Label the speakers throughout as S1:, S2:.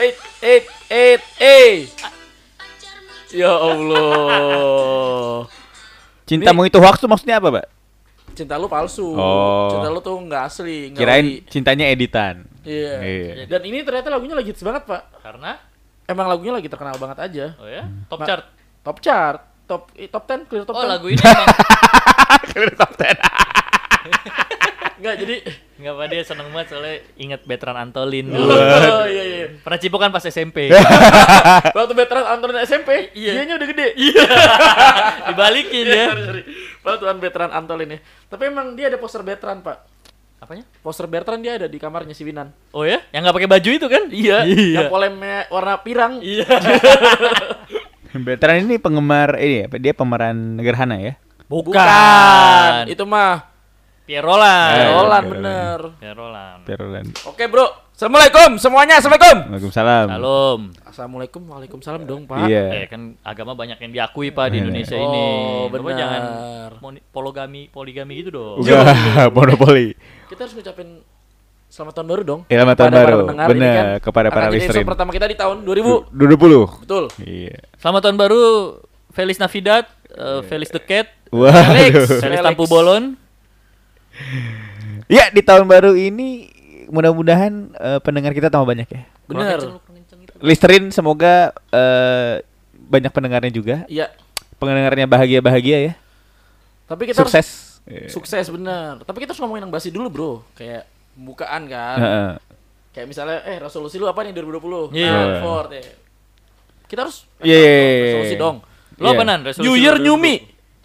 S1: Eight, eight, eight, eight. eh, Ya Allah.
S2: Cintamu itu hoax tuh maksudnya apa, Pak?
S1: Cinta lu palsu.
S2: Oh.
S1: Cinta lu tuh nggak asli. nggak
S2: Kirain
S1: ori.
S2: cintanya editan.
S1: Iya.
S2: Iya.
S1: Dan ini ternyata lagunya lagi hits banget, Pak.
S3: Karena
S1: Emang lagunya lagi terkenal banget aja.
S3: oh ya, top
S1: Ma-
S3: chart.
S1: Top chart, top eh, top 10, clear top
S3: Oh,
S1: 10.
S3: lagu ini emang
S1: Nggak, jadi
S3: enggak apa dia seneng banget soalnya inget Betran Antolin dulu.
S1: Oh, iya iya.
S3: Pernah cipokan pas SMP.
S1: Waktu veteran Anton SMP, iya. dianya udah gede.
S3: Dibalikin ya.
S1: sorry, sorry. Padahal Tuhan veteran Antol ini. Tapi emang dia ada poster veteran, Pak.
S3: Apanya?
S1: Poster veteran dia ada di kamarnya si Winan.
S3: Oh ya, yang nggak pakai baju itu kan?
S1: Yang
S3: Iya.
S1: polemnya warna pirang.
S3: Iya.
S2: Veteran ini penggemar ini ya, dia pemeran gerhana ya.
S3: Bukan.
S1: Itu mah
S3: Pierolan.
S2: Eh,
S1: Rolan
S2: Pierolan.
S1: bener.
S3: Pierolan.
S2: Perolan.
S1: Oke, Bro. Assalamualaikum semuanya. Assalamualaikum.
S2: Waalaikumsalam.
S3: Salam.
S1: Assalamualaikum. Waalaikumsalam dong, Pak.
S2: Iya.
S3: Eh kan agama banyak yang diakui Pak
S2: Iya.
S3: di Indonesia
S1: Oh,
S3: ini. Bapak
S1: benar.
S3: jangan moni- poligami poligami gitu dong.
S2: Uga, monopoli.
S1: Kita harus ngucapin selamat tahun baru dong.
S2: Selamat tahun
S1: Kepada para
S2: baru.
S1: pendengar
S2: Bener,
S1: ini
S2: kepada para
S1: akan jadi episode
S2: listerin.
S1: pertama kita di tahun 2000.
S2: Du- 20.
S1: Betul.
S2: Iya.
S3: Selamat tahun baru Feliz Navidad, eh, Feliz the Cat,
S2: Waduh.
S3: Feliz
S1: Iya. Felix.
S3: Tampu Bolon.
S2: Ya, di tahun baru ini mudah-mudahan eh, pendengar kita tambah banyak ya.
S1: Bener.
S2: Listerin semoga eh, banyak pendengarnya juga.
S1: Iya.
S2: Pendengarnya bahagia-bahagia ya.
S1: Tapi kita harus-
S2: Sukses.
S1: Sukses bener. Tapi kita harus ngomongin yang basi dulu bro. Kayak pembukaan kan.
S2: Heeh.
S1: Kayak misalnya eh resolusi lu apa nih 2020?
S3: Iya.
S1: Nah, Ford, ya. Kita harus
S2: Iya.
S1: resolusi dong.
S3: Lo
S2: Iya.
S3: apa Nan? Resolusi
S1: New Year
S3: lu
S1: New
S3: dulu.
S1: Me.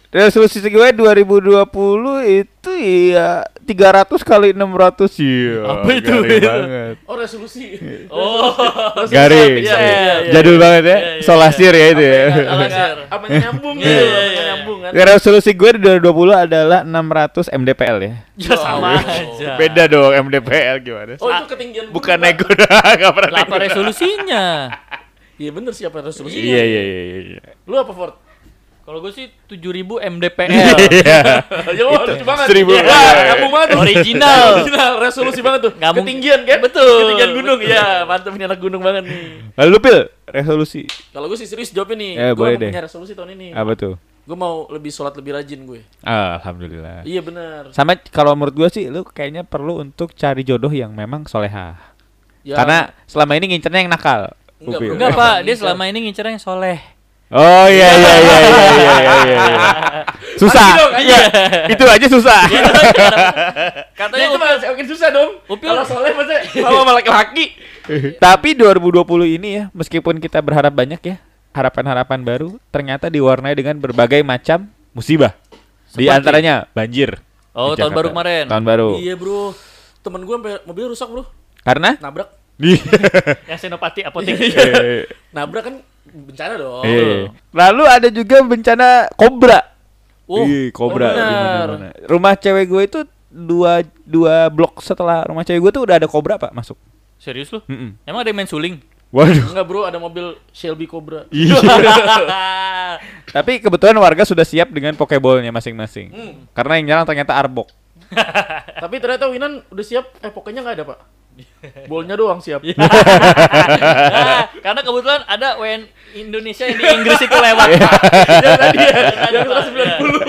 S2: Resolusi gue 2020 itu ya 300 kali 600 ya.
S3: Apa itu?
S2: garing banget.
S1: Oh resolusi.
S3: Oh.
S1: Resolusi
S2: Garing.
S1: apa? Iya, iya, iya.
S2: Jadul banget ya.
S3: Iya, iya,
S2: Solasir ya itu ya.
S3: iya, iya.
S1: Apa- Apa nyambung
S3: Iya,
S1: gitu?
S3: iya,
S1: Apa
S3: iya.
S1: Nyambung kan.
S2: Resolusi gue di 2020 adalah 600 MDPL ya.
S3: ya sama
S1: Oh.
S3: aja.
S2: Beda dong MDPL gimana?
S1: Oh itu ketinggian. bulu,
S2: Bukan
S1: Pak.
S2: nego dah, nggak pernah
S3: Lah, apa
S2: nego.
S3: resolusinya?
S1: Iya bener sih apa resolusi?
S2: Iya iya iya iya.
S1: Lu apa Ford?
S3: Kalau gue sih 7000 MDPL.
S2: Iya.
S1: ya wah, lucu banget.
S2: Seribu.
S1: Iya, nyambung banget. tuh.
S3: Original.
S1: Original, resolusi banget tuh.
S3: Nggak mungkin.
S1: Ketinggian kan?
S3: Betul.
S1: Ketinggian gunung. Iya, mantep ini anak gunung banget nih.
S2: Lalu lu, Pil, resolusi
S1: Kalau gue sih serius jawabnya nih.
S2: Eh,
S1: gue
S2: boleh
S1: mau
S2: deh.
S1: punya resolusi tahun ini.
S2: apa tuh?
S1: Gue mau lebih sholat lebih rajin gue.
S2: Alhamdulillah.
S1: Iya benar.
S2: Sama kalau menurut gue sih lu kayaknya perlu untuk cari jodoh yang memang solehah.
S1: Ya,
S2: Karena selama ini ngincernya yang nakal.
S1: Enggak,
S2: Upil.
S3: Enggak, Pak. Dia selama ini ngincer yang soleh.
S2: Oh iya iya iya iya iya iya. iya. Susah.
S1: Lagi dong, Ya,
S2: Iya. Itu aja susah.
S1: Katanya Iya,
S2: Iya,
S1: itu
S3: Katanya
S1: malah makin susah dong.
S3: Upil-
S1: Kalau soleh masa sama sama laki-laki.
S2: Tapi 2020 ini ya, meskipun kita berharap banyak ya, harapan-harapan baru ternyata diwarnai dengan berbagai macam musibah. Di
S3: Seperti?
S2: antaranya banjir.
S3: Oh,
S2: di
S3: tahun
S2: Jakarta.
S3: baru kemarin.
S2: Tahun baru.
S1: Iya bro. Temen gue sampai mobilnya rusak bro.
S2: Karena
S1: Nabrak.
S3: yang Ya, senopati apotek.
S2: Eh,
S1: Nabrak kan bencana dong.
S2: eh. Lalu ada juga bencana kobra.
S1: Oh,
S2: Ih, kobra. di
S1: bener.
S2: mana-mana. Rumah cewek gue itu dua dua blok setelah rumah cewek gue tuh udah ada kobra pak masuk.
S3: Serius lu?
S2: Mm-mm.
S3: Emang ada yang main suling?
S2: Waduh.
S1: Enggak bro, ada mobil Shelby Cobra.
S2: Iya, Tapi kebetulan warga sudah siap dengan pokeballnya masing-masing. Karena yang nyerang ternyata arbok.
S1: Tapi ternyata Winan udah siap. Eh pokoknya nggak ada pak. Bolnya doang siap.
S3: Ah, karena kebetulan ada WN Indonesia yang di Inggris itu lewat. Pak.
S1: Yang tadi ya.
S3: Tadi,
S1: Yang
S3: Pak.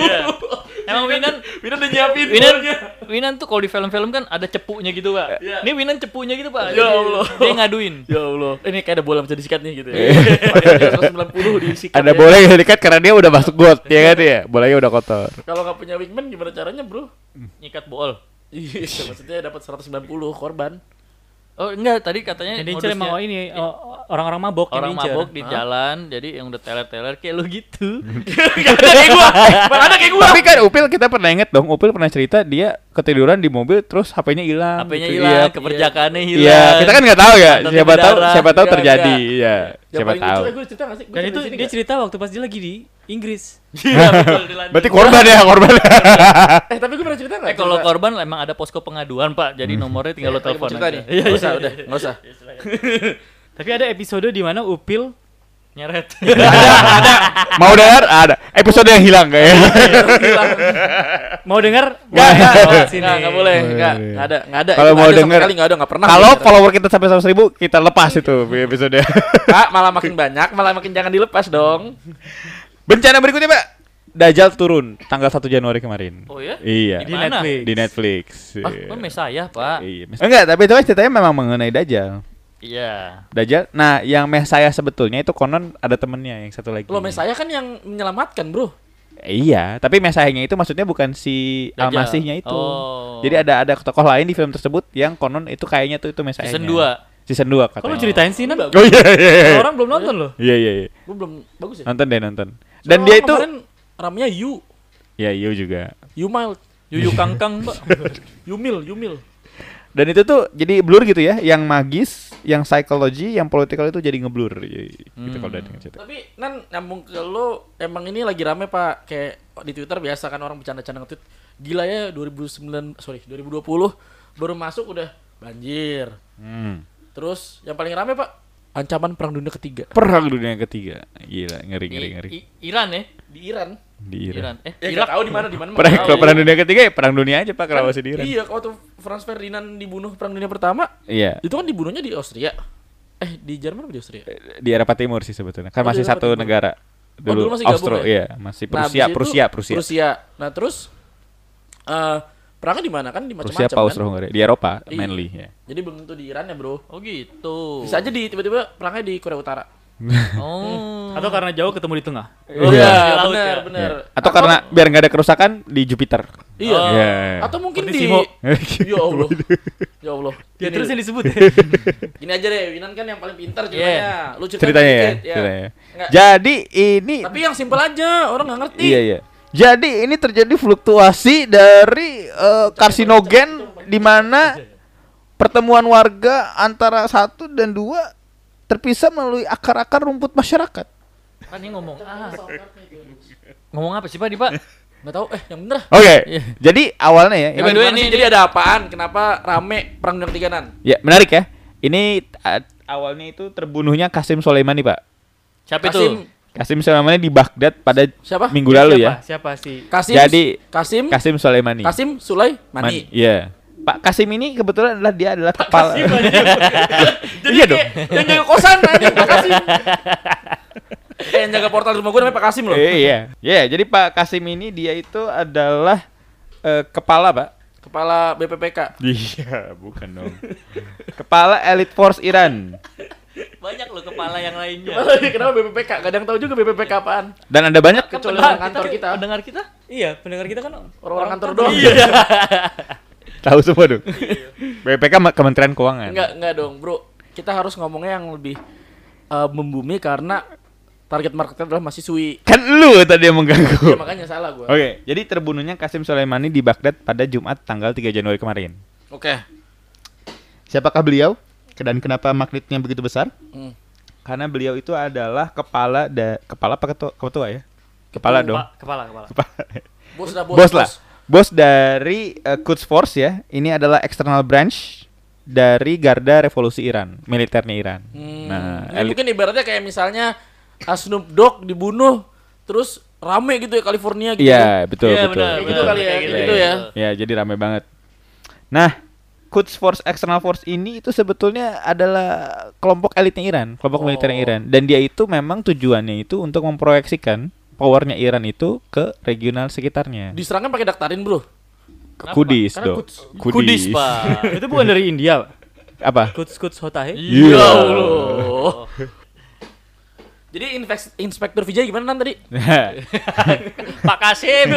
S1: 190.
S3: Iya. Emang Winan
S1: Winan udah nyiapin
S3: Winan
S1: bolnya.
S3: Winan tuh kalau di film-film kan ada cepunya gitu, Pak.
S1: Iya.
S3: Ini Winan cepunya gitu, Pak.
S1: Ya
S3: Jadi
S1: Allah.
S3: Dia ngaduin.
S1: Ya Allah, ini kayak ada bola bisa disikat nih gitu ya. Pakai 190 disikat.
S2: Ada
S1: ya.
S2: bola yang dekat karena dia udah masuk got, ya kan ya? Bolanya udah kotor.
S1: Kalau nggak punya wingman gimana caranya, Bro?
S3: Nyikat bool.
S1: Iya, maksudnya dapat 190 korban.
S3: Oh, enggak, tadi katanya
S4: Yang diincer
S3: modusnya
S4: emang ini oh, orang-orang mabok
S3: Iya.
S4: yang
S3: orang
S4: diincer.
S3: mabok di jalan, jadi yang udah teler-teler kayak lu gitu.
S1: kayak gua, mana
S3: Eh,
S1: kayak gua.
S2: Tapi kan Upil kita pernah inget dong, Upil pernah cerita dia ketiduran di mobil terus HP-nya hilang.
S3: HP-nya
S2: gitu.
S3: hilang,
S2: Iya.
S3: keperjakaannya hilang.
S2: Iya, kita kan nggak tahu ya.
S3: Pantatnya
S2: Siapa tahu,
S3: berdarah.
S2: siapa tahu
S1: Nggak,
S2: terjadi.
S1: nggak.
S2: Iya,
S1: Yang
S2: siapa
S1: paling lucu
S2: tahu.
S1: kan Gua cerita nggak sih? Gua
S4: Dan itu
S1: cerita di sini
S4: dia
S1: nggak?
S4: cerita waktu pas dia lagi di Inggris.
S3: Iya, betul di London.
S2: Berarti korban ya, korban.
S1: Eh, tapi gua pernah cerita nggak?
S3: Eh kalau
S1: Cerita-
S3: korban emang ada posko pengaduan pak, jadi
S2: Hmm.
S3: nomornya tinggal
S2: Iya,
S3: lo
S1: Lagi mau
S3: telepon Iya,
S1: cerita
S3: aja.
S1: nih. Nggak usah, udah, nggak usah.
S4: Tapi ada episode di mana Upil
S3: nyeret.
S2: Mau dengar? Ada. Episode yang hilang kayaknya.
S4: Mau dengar?
S2: Nggak, nggak.
S4: Lewat sini.
S1: Enggak, enggak
S3: Eh,
S1: boleh.
S2: Oh,
S1: Enggak,
S2: iya, iya.
S1: enggak ada, enggak ada.
S2: Kalau
S1: Itu nggak
S2: mau
S1: ada sama
S2: denger-
S1: sekali nggak ada, enggak pernah.
S2: Kalau
S1: kita.
S2: follower kita sampai 100 ribu, kita lepas itu episode.
S1: Kak, malah makin banyak, malah makin jangan dilepas dong.
S2: Bencana berikutnya, Pak. Dajjal turun tanggal 1 Januari kemarin.
S3: Oh ya?
S2: Iya.
S4: Di
S3: Mana?
S4: Netflix.
S2: Di Netflix.
S3: Ah,
S2: Iya.
S3: kan saya, Pak.
S2: Iya. Enggak, tapi itu ceritanya memang mengenai Dajjal.
S3: Iya.
S2: Dajjal. Nah, yang Mesiah sebetulnya itu konon ada temennya yang satu lagi.
S1: Lo saya kan yang menyelamatkan, Bro.
S2: Iya, tapi Mesiahnya itu maksudnya bukan si
S3: Dajjal.
S2: Al-Masihnya itu.
S3: Oh.
S2: Jadi ada ada tokoh lain di film tersebut yang konon itu kayaknya tuh itu Mesiahnya.
S3: Season 2.
S2: Season 2 katanya.
S4: Kalau ceritain sih Nan.
S2: Oh iya iya. iya.
S4: Orang belum nonton loh.
S2: Iya iya iya.
S1: Gue belum bagus ya.
S2: Nonton deh nonton. Dan dia itu
S1: kemarin ramnya you,
S2: ya iya juga.
S1: you mild,
S3: Yuyu Kangkang, Pak.
S1: you mil, you mil.
S2: Dan itu tuh jadi blur gitu ya, yang magis, yang psychology, yang political itu jadi ngeblur. Iya, iya. Gitu kalau
S3: Hmm.
S2: udah dengan cerita.
S1: Tapi nan nyambung ke lo, emang ini lagi rame pak, kayak di Twitter biasa kan orang bercanda-canda nge-tweet. Gila ya 2009, sorry 2020 baru masuk udah banjir.
S2: Hmm.
S1: Terus yang paling rame pak, ancaman perang dunia ketiga
S2: Perang dunia ketiga. Gila, ngeri
S3: Di
S2: ngeri ngeri.
S3: I- Iran ya?
S1: di Iran.
S2: Di Iran.
S3: Iran. Eh, oh, iya.
S1: Ya
S3: Irak.
S1: nggak tahu di mana di mana.
S2: Perang
S1: nggak
S2: kalau
S1: tahu.
S2: perang dunia ketiga ya perang dunia aja Pak kalau di Iran.
S1: Iya, waktu Franz Ferdinand dibunuh perang dunia pertama,
S2: Iya.
S1: itu kan dibunuhnya di Austria. Eh di Jerman apa di Austria?
S2: Di Eropa Timur sih sebetulnya. Kan
S1: Oh, di
S2: masih
S1: Eropa
S2: satu
S1: Timur.
S2: negara.
S1: Oh,
S2: Dulu,
S1: dulu masih gabung
S2: Austro,
S1: ya?
S2: iya, masih
S1: Nah, abis
S2: Prusia,
S1: itu
S2: Prusia, Prusia.
S1: Prusia. Nah, terus eh perangnya di mana kan di macam-macam
S2: Prusia apa
S1: kan?
S2: Austro-Hunggaria? Di Eropa
S1: Iya.
S2: mainly ya.
S1: Jadi belum tentu di Iran ya, Bro.
S3: Oh gitu.
S1: Bisa aja di tiba-tiba perangnya di Korea Utara.
S3: Oh.
S4: Atau karena jauh ketemu di tengah.
S1: Oh
S2: Iya.
S3: Di
S1: benar,
S3: laut
S1: Nah,
S3: ya?
S1: benar.
S2: Atau karena biar nggak ada kerusakan di Jupiter. gitu.
S1: iya.
S3: Oh.
S2: Iya.
S1: Atau mungkin
S4: Seperti
S1: di
S4: Simo.
S1: Ya Allah. Ya Allah.
S4: Ya
S1: Gini,
S4: terus yang disebut.
S1: gini aja deh, Winan kan yang paling pintar
S3: Iya.
S1: ceritanya. Lu ceritain
S2: ceritanya ya,
S1: dikit,
S2: ceritanya.
S1: Nggak,
S2: Jadi ini
S1: Tapi yang simpel aja, orang nggak ngerti.
S2: iya iya. Jadi ini terjadi fluktuasi dari eh, karsinogen di mana
S1: Iya,
S2: pertemuan warga antara satu dan dua terpisah melalui akar-akar rumput masyarakat.
S3: Kan ini ngomong. Ah. Ngomong apa sih, Pak, di Pak?
S1: Nggak tahu eh yang bener.
S2: Oke.
S3: Iya.
S2: Jadi awalnya ya.
S1: Ya,
S3: by the way,
S1: gimana sih?
S3: ini-
S1: jadi ada apaan? Kenapa rame perang dunia ketiga nan?
S2: Ya, menarik ya. Ini uh, awalnya itu terbunuhnya Kasim Soleimani, Pak.
S3: Siapa
S1: Kasim,
S3: itu?
S2: Kasim Soleimani di Baghdad pada
S1: Siapa?
S2: minggu lalu ya.
S4: Siapa sih?
S1: Kasim,
S2: Jadi-
S1: Kasim, Kasim,
S2: Kasim Soleimani.
S1: Sulai
S2: Man-
S1: Mani.
S2: Iya. Pak Kasim ini kebetulan adalah dia adalah kepala.
S1: Jadi
S2: Iya
S1: kayak yang jaga kosan tadi Pak Kasim. Eh, yang jaga portal rumah gue namanya Pak Kasim loh.
S2: Eh, Iya. Iya, jadi Pak Kasim ini dia itu adalah eh, kepala, Pak.
S1: Kepala BPPK.
S2: Iya, bukan dong. kepala Elite Force Iran.
S3: Banyak loh kepala yang lainnya.
S1: Oh, iya, Kenapa BPPK? Gak ada yang tahu juga BPPK apaan.
S2: Dan ada banyak
S1: Kecuali
S3: pendengar
S1: orang kantor Kan kita.
S3: Pendengar kita? Iya.
S4: Iya, pendengar kita kan
S1: Orang-orang kantor doang. Iya.
S2: tahu semua dong. BPK Ma- Kementerian Keuangan.
S1: Enggak, enggak dong, Bro. Kita harus ngomongnya yang lebih eh, membumi karena target marketnya adalah mahasiswi.
S2: Kan lu tadi yang mengganggu.
S1: Ya makanya salah gue.
S2: Oke, jadi terbunuhnya Kasim Soleimani di Baghdad pada Jumat tanggal 3 Januari kemarin.
S1: Oke.
S2: Siapakah beliau? Dan kenapa magnetnya begitu besar?
S1: Hmm.
S2: Karena beliau itu adalah kepala da kepala apa ketua, ketua ya? Kepala dong.
S3: Pak, kepala, kepala.
S2: Kepala.
S1: Bos lah, bos.
S2: Bos lah. Bos dari eh, Quds Force ya. Ini adalah external branch dari Garda Revolusi Iran, militernya Iran.
S1: Hmm.
S2: Nah,
S1: ini
S2: elit-
S1: mungkin ibaratnya kayak misalnya ah, Snoop Dogg dibunuh terus rame gitu ya California gitu.
S2: Iya, betul,
S3: Iya,
S2: betul.
S3: benar,
S1: Kayak
S2: betul.
S1: gitu kali ya,
S3: Kayak
S1: kayak
S3: gitu,
S1: gitu
S4: iya,
S3: kayak
S1: ya.
S3: gitu.
S2: Ya, jadi ramai banget. Nah, Quds Force External Force ini itu sebetulnya adalah kelompok elitnya Iran, kelompok militer
S1: Oh.
S2: Iran. Dan dia itu memang tujuannya itu untuk memproyeksikan powernya Iran itu ke regional sekitarnya.
S1: Diserangnya pakai daktarin, Bro.
S2: Ke Kudis
S1: Karena
S2: dong.
S1: Quds.
S3: Kudis, Pak.
S4: ya. itu bukan dari India, Pak.
S2: Apa?
S4: Kuts kuts hotahe.
S2: Iya.
S1: Ya Allah. Jadi inveks- inspektur Vijay gimana nan tadi?
S3: Pak Kasim.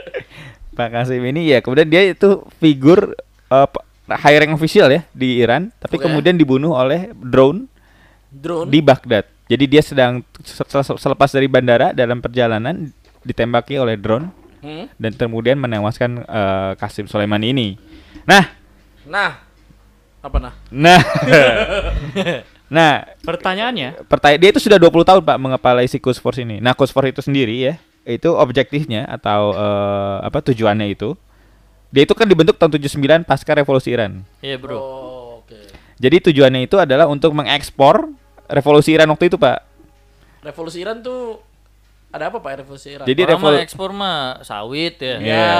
S2: Pak Kasim ini ya kemudian dia itu figur eh, pa- high rank official ya di Iran, tapi
S1: Oke.
S2: kemudian dibunuh oleh drone
S1: Drone.
S2: di Baghdad. Jadi dia sedang se- se- selepas dari bandara dalam perjalanan ditembaki oleh drone
S1: Hmm.
S2: dan kemudian menewaskan eh, Kasim Soleimani ini. Nah,
S1: Nah. Apa nah?
S2: nah. nah,
S4: Pertanyaannya,
S2: pertanyaan dia itu sudah 20 tahun Pak mengepalai si Quds Force ini. Nah, Quds Force itu sendiri ya, itu objektifnya atau eh, apa tujuannya itu dia itu kan dibentuk tahun 79 pasca revolusi Iran.
S3: Iya, Bro.
S1: Oh, oke.
S2: Jadi tujuannya itu adalah untuk mengekspor revolusi Iran waktu itu, Pak.
S1: revolusi Iran tuh ada apa Pak ya, revolusi Iran?
S2: Jadi
S3: Orang mah
S2: revol
S3: ekspor mah sawit
S1: ya
S3: ya.
S2: Iya.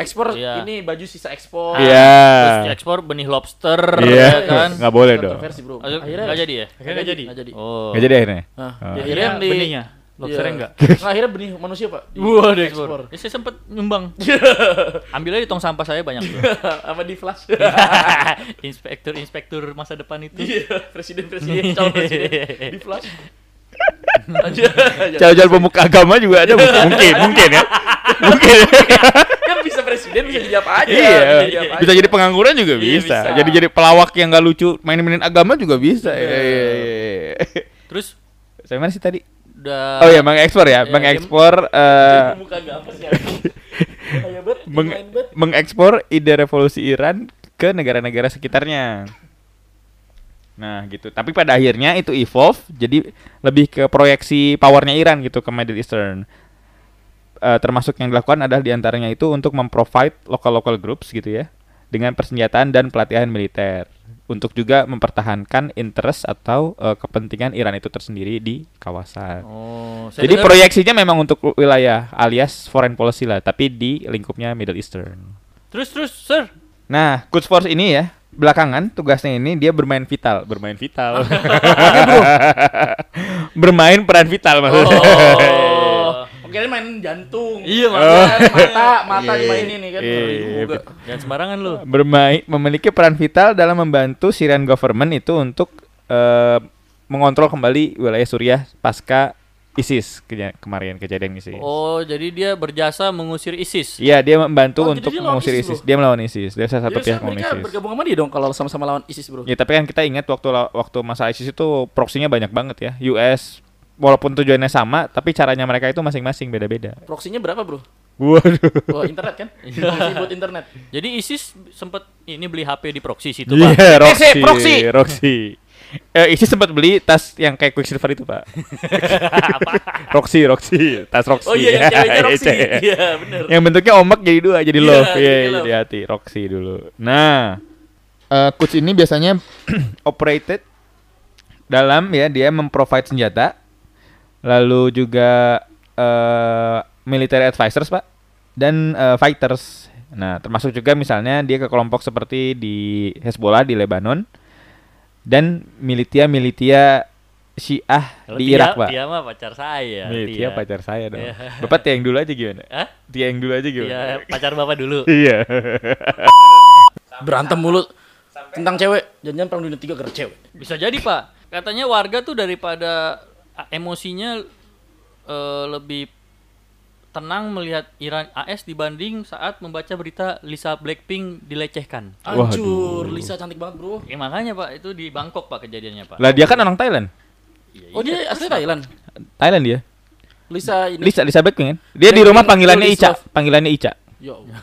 S1: ekspor
S3: Iya.
S1: ini baju sisa ekspor.
S2: Iya.
S3: Terus ekspor benih lobster
S2: Iya,
S3: ya kan.
S2: nggak boleh dong.
S1: Kontroversi, Bro.
S3: Akhirnya nggak jadi ya?
S4: Akhirnya nggak jadi.
S1: Nggak jadi.
S3: Oh.
S2: Nggak jadi akhirnya.
S1: Nah,
S2: Oh.
S1: jadi
S4: Akhirnya
S1: yang di
S4: benihnya. Lobsternya
S1: Iya.
S4: nggak.
S1: Nah, akhirnya benih manusia, Pak. Wah, di ekspor.
S3: Ya, saya sempet nyumbang. Ambil aja di tong sampah saya banyak. tuh.
S1: Apa di flash?
S2: Iya.
S3: Inspektur-inspektur masa depan itu.
S1: Iya, presiden-presiden, calon presiden di flash. Aja.
S2: Calon-calon pemuka agama juga ada mungkin, mungkin, mungkin ya. Mungkin.
S1: Kan bisa presiden bisa jadi apa aja.
S2: Iya.
S1: bisa jadi apa
S2: Bisa
S1: aja.
S2: jadi pengangguran juga bisa.
S1: bisa.
S2: Jadi jadi pelawak yang nggak lucu, main-mainin agama juga bisa. Iya, iya, iya.
S3: Terus
S2: Saya mana sih tadi?
S3: udah
S2: Oh ya, mengekspor ya, mengekspor eh,
S1: Muka apa sih? Kayak bet,
S2: meng-
S1: main bet.
S2: mengekspor ide revolusi Iran ke negara-negara sekitarnya. Nah, gitu. Tapi pada akhirnya itu evolve jadi lebih ke proyeksi powernya Iran gitu ke Middle Eastern. Eh, termasuk yang dilakukan adalah diantaranya itu untuk memprovide local-local groups gitu ya dengan persenjataan dan pelatihan militer untuk juga mempertahankan interest atau eh, kepentingan Iran itu tersendiri di kawasan.
S3: Oh, saya
S2: Jadi
S3: dengar
S2: proyeksinya memang untuk wilayah alias foreign policy lah, tapi di lingkupnya Middle Eastern.
S3: Terus terus, Sir.
S2: Nah, Quds Force ini ya, belakangan tugasnya ini dia bermain vital, bermain vital. bermain peran vital maksudnya. Iya.
S1: Oh. Oke, ini main jantung.
S3: Iya,
S1: Mata, mata, mata
S2: Iya.
S1: dimainin nih kan.
S2: Iya.
S1: Ngeri juga.
S3: Jangan sembarangan lu.
S2: bermain memiliki peran vital dalam membantu Syrian government itu untuk eh, mengontrol kembali wilayah Suriah pasca ISIS keja- kemarin kejadian ISIS.
S3: Oh, jadi dia berjasa mengusir ISIS.
S2: Iya, dia membantu
S1: Oh, jadi
S2: untuk
S1: dia lawan
S2: mengusir
S1: ISIS
S2: ISIS.
S1: loh.
S2: Dia melawan ISIS. Dia salah satu ya,
S1: Jadi
S2: pihak
S1: sekarang
S2: melawan
S1: mereka
S2: ISIS.
S1: Iya, bergabung sama dia dong kalau sama-sama lawan ISIS, Bro.
S2: Ya tapi kan kita ingat waktu la- waktu masa ISIS itu proksinya banyak banget ya. US walaupun tujuannya sama tapi caranya mereka itu masing-masing beda-beda.
S1: Proksinya berapa, Bro?
S2: Waduh.
S1: Wah, internet kan?
S2: Iya.
S1: Proksi buat internet.
S3: Jadi ISIS sempet ini beli HP di proxy situ,
S2: Iya,
S3: Pak.
S2: Roxy,
S1: Eh, proksi.
S2: Roxy. Eh, ISIS sempat beli tas yang kayak Quicksilver itu, Pak. Roxy, Roxy, tas Roxy.
S1: Oh iya, yang ceweknya Roksi.
S2: Iya, cewek.
S1: Iya, bener.
S2: yang bentuknya ombak jadi dua jadi
S1: Iya,
S2: love
S1: jadi
S2: iya
S1: love.
S2: jadi hati Roxy dulu nah coach ini biasanya operated dalam ya dia memprovide senjata lalu juga eh, military advisors pak dan eh, fighters nah termasuk juga misalnya dia ke kelompok seperti di Hezbollah di Lebanon dan militia militia Syiah
S3: Kalau
S2: di
S3: dia-
S1: ya,
S2: Irak pak
S1: iya,
S3: Dia mah pacar saya.
S2: militia Iya, pacar saya dong
S3: Iya.
S2: bapak tiang dulu aja gimana
S3: Hah?
S2: tiang dulu aja gimana
S3: Iya, pacar Bapak dulu.
S2: Iya.
S1: Berantem mulu tentang cewek. Jangan-jangan perang dunia 3 gara cewek.
S3: Bisa jadi, Pak. Katanya warga tuh daripada a- emosinya eh, lebih tenang melihat Iran AS dibanding saat membaca berita Lisa Blackpink dilecehkan.
S1: Hancur, Lisa cantik banget, Bro.
S3: Ya, makanya, Pak, itu di Bangkok, Pak, kejadiannya, Pak.
S2: Lah dia kan orang Thailand.
S1: Oh, dia asli Thailand.
S2: Thailand dia.
S1: Lisa ini.
S2: Lisa Elizabeth kan. Dia di
S1: Blackpink
S2: rumah panggilannya
S1: Lisa
S2: Ica,
S1: Love.
S2: panggilannya Ica.
S1: Ya Allah.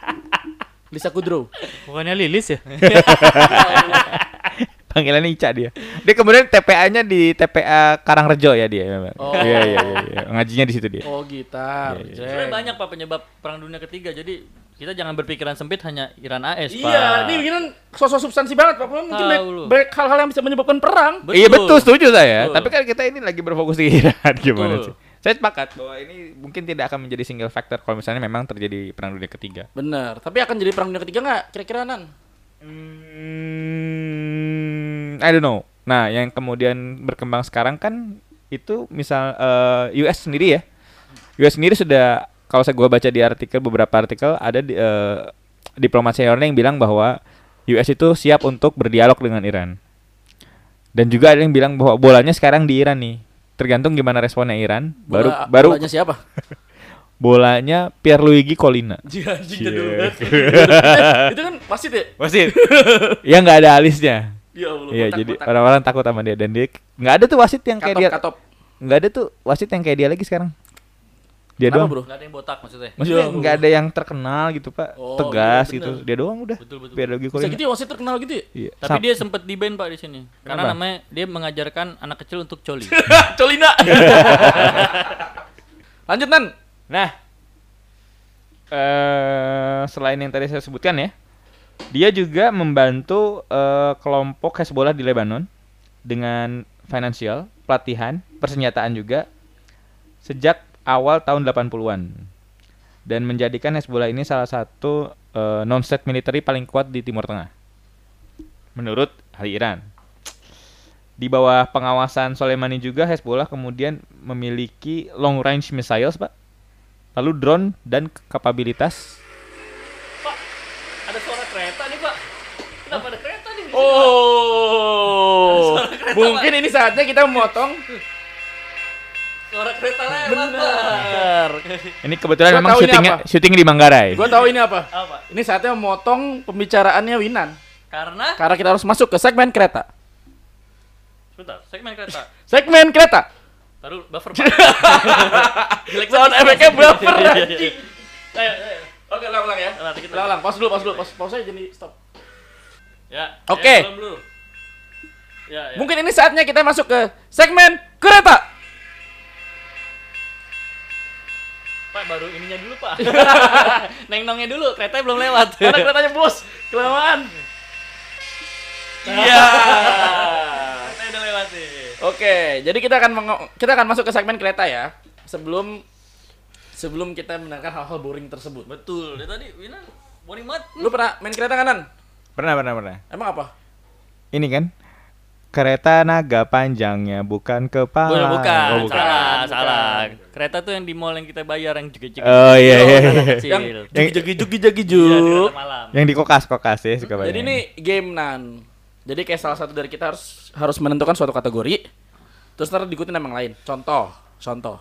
S1: Lisa Kudrow.
S4: Bukannya Lilis ya?
S2: Panggilannya Ica dia. Dia kemudian TPA-nya di TPA Karangrejo ya dia memang. Iya iya iya iya. Ngajinya di situ dia.
S1: Oh, gitar.
S3: Sebenarnya
S1: Jeng.
S3: banyak Pak penyebab perang dunia ketiga. Jadi kita jangan berpikiran sempit hanya Iran AS, Pak.
S1: Iya, ini mungkin sosok substansi banget, Pak. Mungkin
S3: Tahu
S1: banyak,
S3: lu.
S1: banyak hal-hal yang bisa menyebabkan perang.
S2: Iya betul setuju saya.
S3: Betul.
S2: Tapi kan kita ini lagi berfokus di Iran gimana
S3: Betul.
S2: sih? Saya sepakat bahwa ini mungkin tidak akan menjadi single factor kalau misalnya memang terjadi perang dunia ketiga.
S1: Bener, tapi akan jadi perang dunia ketiga nggak kira-kira Nan?
S2: Hmm, I don't know. Nah, yang kemudian berkembang sekarang kan itu misal eh, US sendiri ya. US sendiri sudah kalau saya gua baca di artikel beberapa artikel ada di, eh, diplomat seniornya yang bilang bahwa US itu siap untuk berdialog dengan Iran. Dan juga ada yang bilang bahwa bolanya sekarang di Iran nih. Tergantung gimana responnya Iran. Baru
S1: Bola-
S2: baru
S1: bolanya siapa?
S2: bolanya Pierluigi Colina.
S1: Jika
S2: jadul banget.
S1: Itu kan pasti deh.
S2: Wasit. ya nggak ada alisnya.
S1: Ya Allah.
S2: Iya, jadi orang-orang takut sama dia dan dia nggak ada tuh wasit yang kayak
S1: katop,
S2: dia
S1: katop.
S2: nggak ada tuh wasit yang kayak dia lagi sekarang. Dia
S1: Kenapa,
S2: doang.
S1: bro?
S3: Nggak ada yang botak maksudnya.
S2: Maksudnya
S1: Iya.
S2: nggak ada yang terkenal gitu pak,
S1: Oh,
S2: tegas
S1: iya,
S2: gitu.
S1: bener.
S2: Dia doang udah.
S3: Betul, betul.
S2: Biar lagi
S1: Bisa gitu ya, wasit terkenal gitu ya?
S2: Iya.
S3: Tapi
S2: Sam-
S3: dia sempat di ban Pak di sini.
S2: Kenapa?
S3: Karena namanya dia mengajarkan anak kecil untuk coli.
S1: Colina. Lanjut Nan.
S2: Nah, eh selain yang tadi saya sebutkan ya, dia juga membantu eh, kelompok Hezbollah di Lebanon dengan financial, pelatihan, persenjataan juga sejak awal tahun 80-an. Dan menjadikan Hezbollah ini salah satu eh, non-state military paling kuat di Timur Tengah. Menurut Hari Iran. Di bawah pengawasan Soleimani juga Hezbollah kemudian memiliki long range missiles, Pak. Lalu drone dan kapabilitas
S3: Ada suara kereta nih, Pak. Kenapa ada kereta nih?
S1: Oh, mungkin ini saatnya kita memotong.
S3: Suara kereta lewat,
S2: Ini kebetulan
S1: Gua
S2: memang
S1: tahu ini
S2: syutingnya
S1: apa.
S2: syuting di Manggarai.
S1: Gua tahu ini apa.
S3: Apa?
S1: Ini saatnya memotong pembicaraannya Winan.
S3: Karena
S1: Karena kita harus masuk ke segmen kereta.
S3: sebentar, segmen kereta.
S1: Segmen kereta.
S3: Taruh buffer. Pak. Jelek
S1: Sound efeknya buffer,
S3: Iya, iya, iya.
S1: anjing.
S3: Ayo, ayo.
S1: Oke, ulang-ulang ya.
S3: Ulang, dikit lagi.
S1: Ulang-ulang. Pause dulu, pause dulu. Pause, pause aja jadi stop.
S3: Ya.
S1: Oke.
S3: ya, belum, belum. Ya, ya.
S1: Mungkin ini saatnya kita masuk ke segmen kereta.
S3: Pak baru ininya dulu, Pak. Neng nongnya dulu, keretanya belum lewat.
S1: Karena keretanya bos, kelamaan.
S3: Iya. Keretanya udah lewat nih.
S1: Oke, jadi kita akan mengo- kita akan masuk ke segmen kereta ya. Sebelum sebelum kita mendengarkan hal-hal boring tersebut.
S3: Betul. Dari tadi Wina boring banget.
S1: Lu pernah main kereta kanan?
S2: Pernah, pernah, pernah.
S1: Emang apa?
S2: Ini kan kereta naga panjangnya bukan kepala.
S3: Bukan, bukan.
S2: Oh,
S3: salah, salah. Kereta tuh yang di mall yang kita bayar yang juga juga.
S2: Oh, iya, iya, iya.
S1: Yang
S3: Kecil.
S2: Yang-
S1: jugi jugi jugi
S3: Iya, di
S1: juk.
S3: kereta malam.
S2: Yang di kokas kokas ya suka
S1: Jadi
S2: banyak.
S1: ini game nan. Jadi kayak salah satu dari kita harus harus menentukan suatu kategori. Terus ntar diikutin sama yang lain. Contoh, contoh.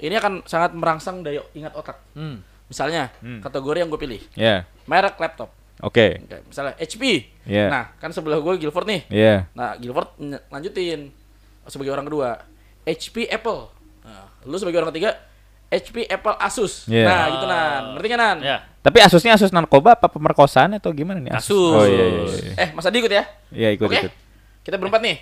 S1: Ini akan sangat merangsang daya ingat otak.
S3: Hmm.
S1: Misalnya kategori yang gue pilih,
S2: Ya.
S1: merek laptop.
S2: Oke.
S1: Oke, misalnya HP.
S2: Iya.
S1: Nah, kan sebelah gue Guilford nih.
S2: Ya.
S1: Nah, Guilford ny- lanjutin sebagai orang kedua. HP Apple. Nah, lu sebagai orang ketiga HP Apple Asus.
S2: Iya.
S1: Nah, gitu Nan. Ngerti kan Nan?
S3: Ya.
S2: Tapi asusnya asus narkoba apa pemerkosaan atau gimana nih?
S3: Asus.
S2: Oh iya iya. iya.
S1: Eh, Mas Adi ikut ya?
S2: Iya ikut
S1: Oke.
S2: ikut.
S1: Kita berempat nih.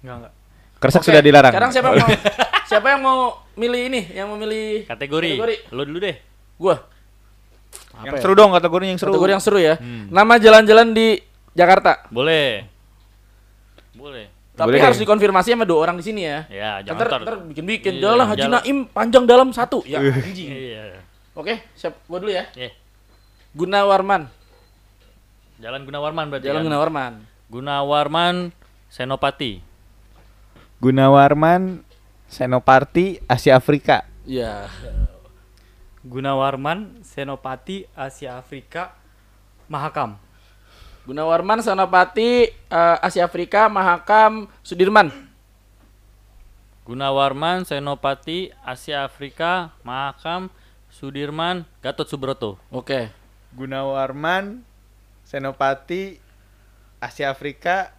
S4: Enggak, enggak.
S2: Kresek
S1: Oke,
S2: sudah dilarang.
S1: Sekarang siapa
S2: Oh,
S1: yang mau siapa yang mau milih ini? Yang mau milih
S3: Kategori. Lo dulu deh.
S1: Gua.
S2: yang seru dong kategorinya yang seru.
S1: Kategori yang seru ya.
S2: Hmm.
S1: Nama jalan-jalan di Jakarta.
S3: Boleh. Boleh.
S1: Tapi
S2: Boleh.
S1: harus dikonfirmasi sama dua orang di sini ya.
S3: Ya, jangan
S1: Ntar,
S3: tar-
S1: ntar bikin-bikin.
S3: Iya,
S1: Jalan lah, Haji
S3: jalan.
S1: Naim panjang dalam satu. Ya,
S2: Eh.
S1: anjing.
S3: Iya.
S1: Oke, siap gua dulu ya.
S3: Eh,
S1: Gunawarman.
S3: Jalan Gunawarman berarti.
S1: Jalan
S3: kan?
S1: Gunawarman.
S3: Gunawarman Senopati.
S2: Gunawarman Senopati Asia Afrika.
S1: Iya.
S4: Gunawarman, Senopati, Asia Afrika, Mahakam.
S1: Gunawarman, Senopati, eh, Asia Afrika, Mahakam, Sudirman.
S3: Gunawarman Senopati Asia Afrika Mahakam Sudirman Gatot Subroto.
S1: Oke.
S2: Gunawarman Senopati Asia Afrika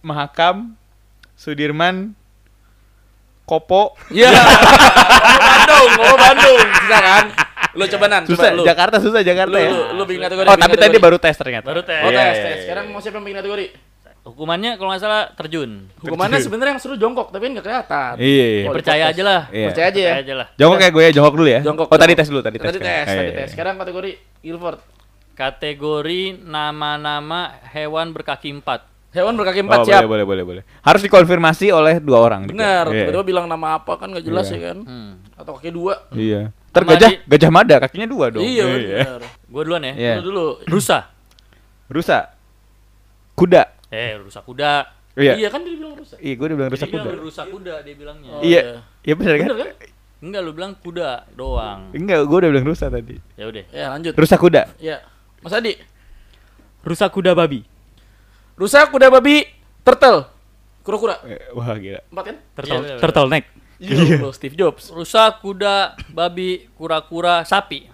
S2: Mahakam Sudirman Kopo
S1: Iya. Ngomong Bandung, ngomong Bandung. Bisa kan? Lu coba nan, coba
S2: susah
S1: lu.
S2: Jakarta susah Jakarta
S1: Lu,
S2: ya
S1: lu, lu bikin kategori.
S2: oh
S1: bikin
S2: tapi tadi
S1: kategori.
S2: baru tes ternyata
S3: Baru teh.
S1: Oh,
S2: Iya,
S1: tes,
S2: iya,
S1: tes.
S2: iya.
S1: Sekarang mau siapa yang bikin kategori?
S3: Hukumannya kalau nggak salah terjun.
S1: Hukumannya sebenarnya yang seru jongkok, tapi kan gak kelihatan.
S2: iya, iya.
S1: Oh, di
S3: Percaya
S1: podcast.
S3: aja lah.
S2: Iya.
S1: Percaya aja kan. ya.
S3: Percaya aja lah.
S2: jongkok kayak gue ya jongkok dulu ya
S1: Jongkok.
S2: oh tadi
S1: jongkok.
S2: tes dulu tadi tes
S1: Tadi tes,
S2: Iya,
S1: tadi
S2: iya,
S1: tes.
S2: iya.
S1: Sekarang kategori Guilford.
S3: Kategori nama-nama hewan berkaki empat.
S1: Hewan berkaki
S2: oh,
S1: empat
S2: boleh
S1: siap.
S2: boleh boleh boleh harus dikonfirmasi oleh dua orang
S1: Bener,
S2: Iya.
S1: tiba-tiba bilang nama apa kan gak jelas
S2: Iya.
S1: ya kan?
S3: Hmm.
S1: Atau kaki dua.
S2: iya tergajah
S3: Sama di-
S2: gajah mada kakinya dua dong
S1: Iya, bener.
S3: Gue duluan ya.
S2: Iya.
S1: Lu dulu.
S3: Rusa.
S2: rusa kuda
S3: Eh, rusa kuda.
S2: iya
S1: Iya kan dia bilang rusak.
S2: Iya, gue udah bilang rusak
S3: Jadi bilang
S2: kuda.
S3: rusa kuda dia bilangnya.
S1: Oh,
S2: Iya, iya benar kan?
S1: Bener kan?
S3: Enggak lu bilang kuda doang.
S2: Enggak, gue udah bilang rusak tadi.
S3: Ya udah.
S1: Ya lanjut.
S2: Rusak kuda.
S1: Ya. Mas Adi,
S4: Rusa kuda babi.
S1: rusa, kuda babi, turtle, kura-kura.
S2: Eh, Wah gila.
S1: Empat kan?
S4: Turtle,
S3: Iya, bener,
S4: turtle neck.
S1: Iya. lo, Steve Jobs.
S3: Rusa, kuda, babi, kura-kura, sapi.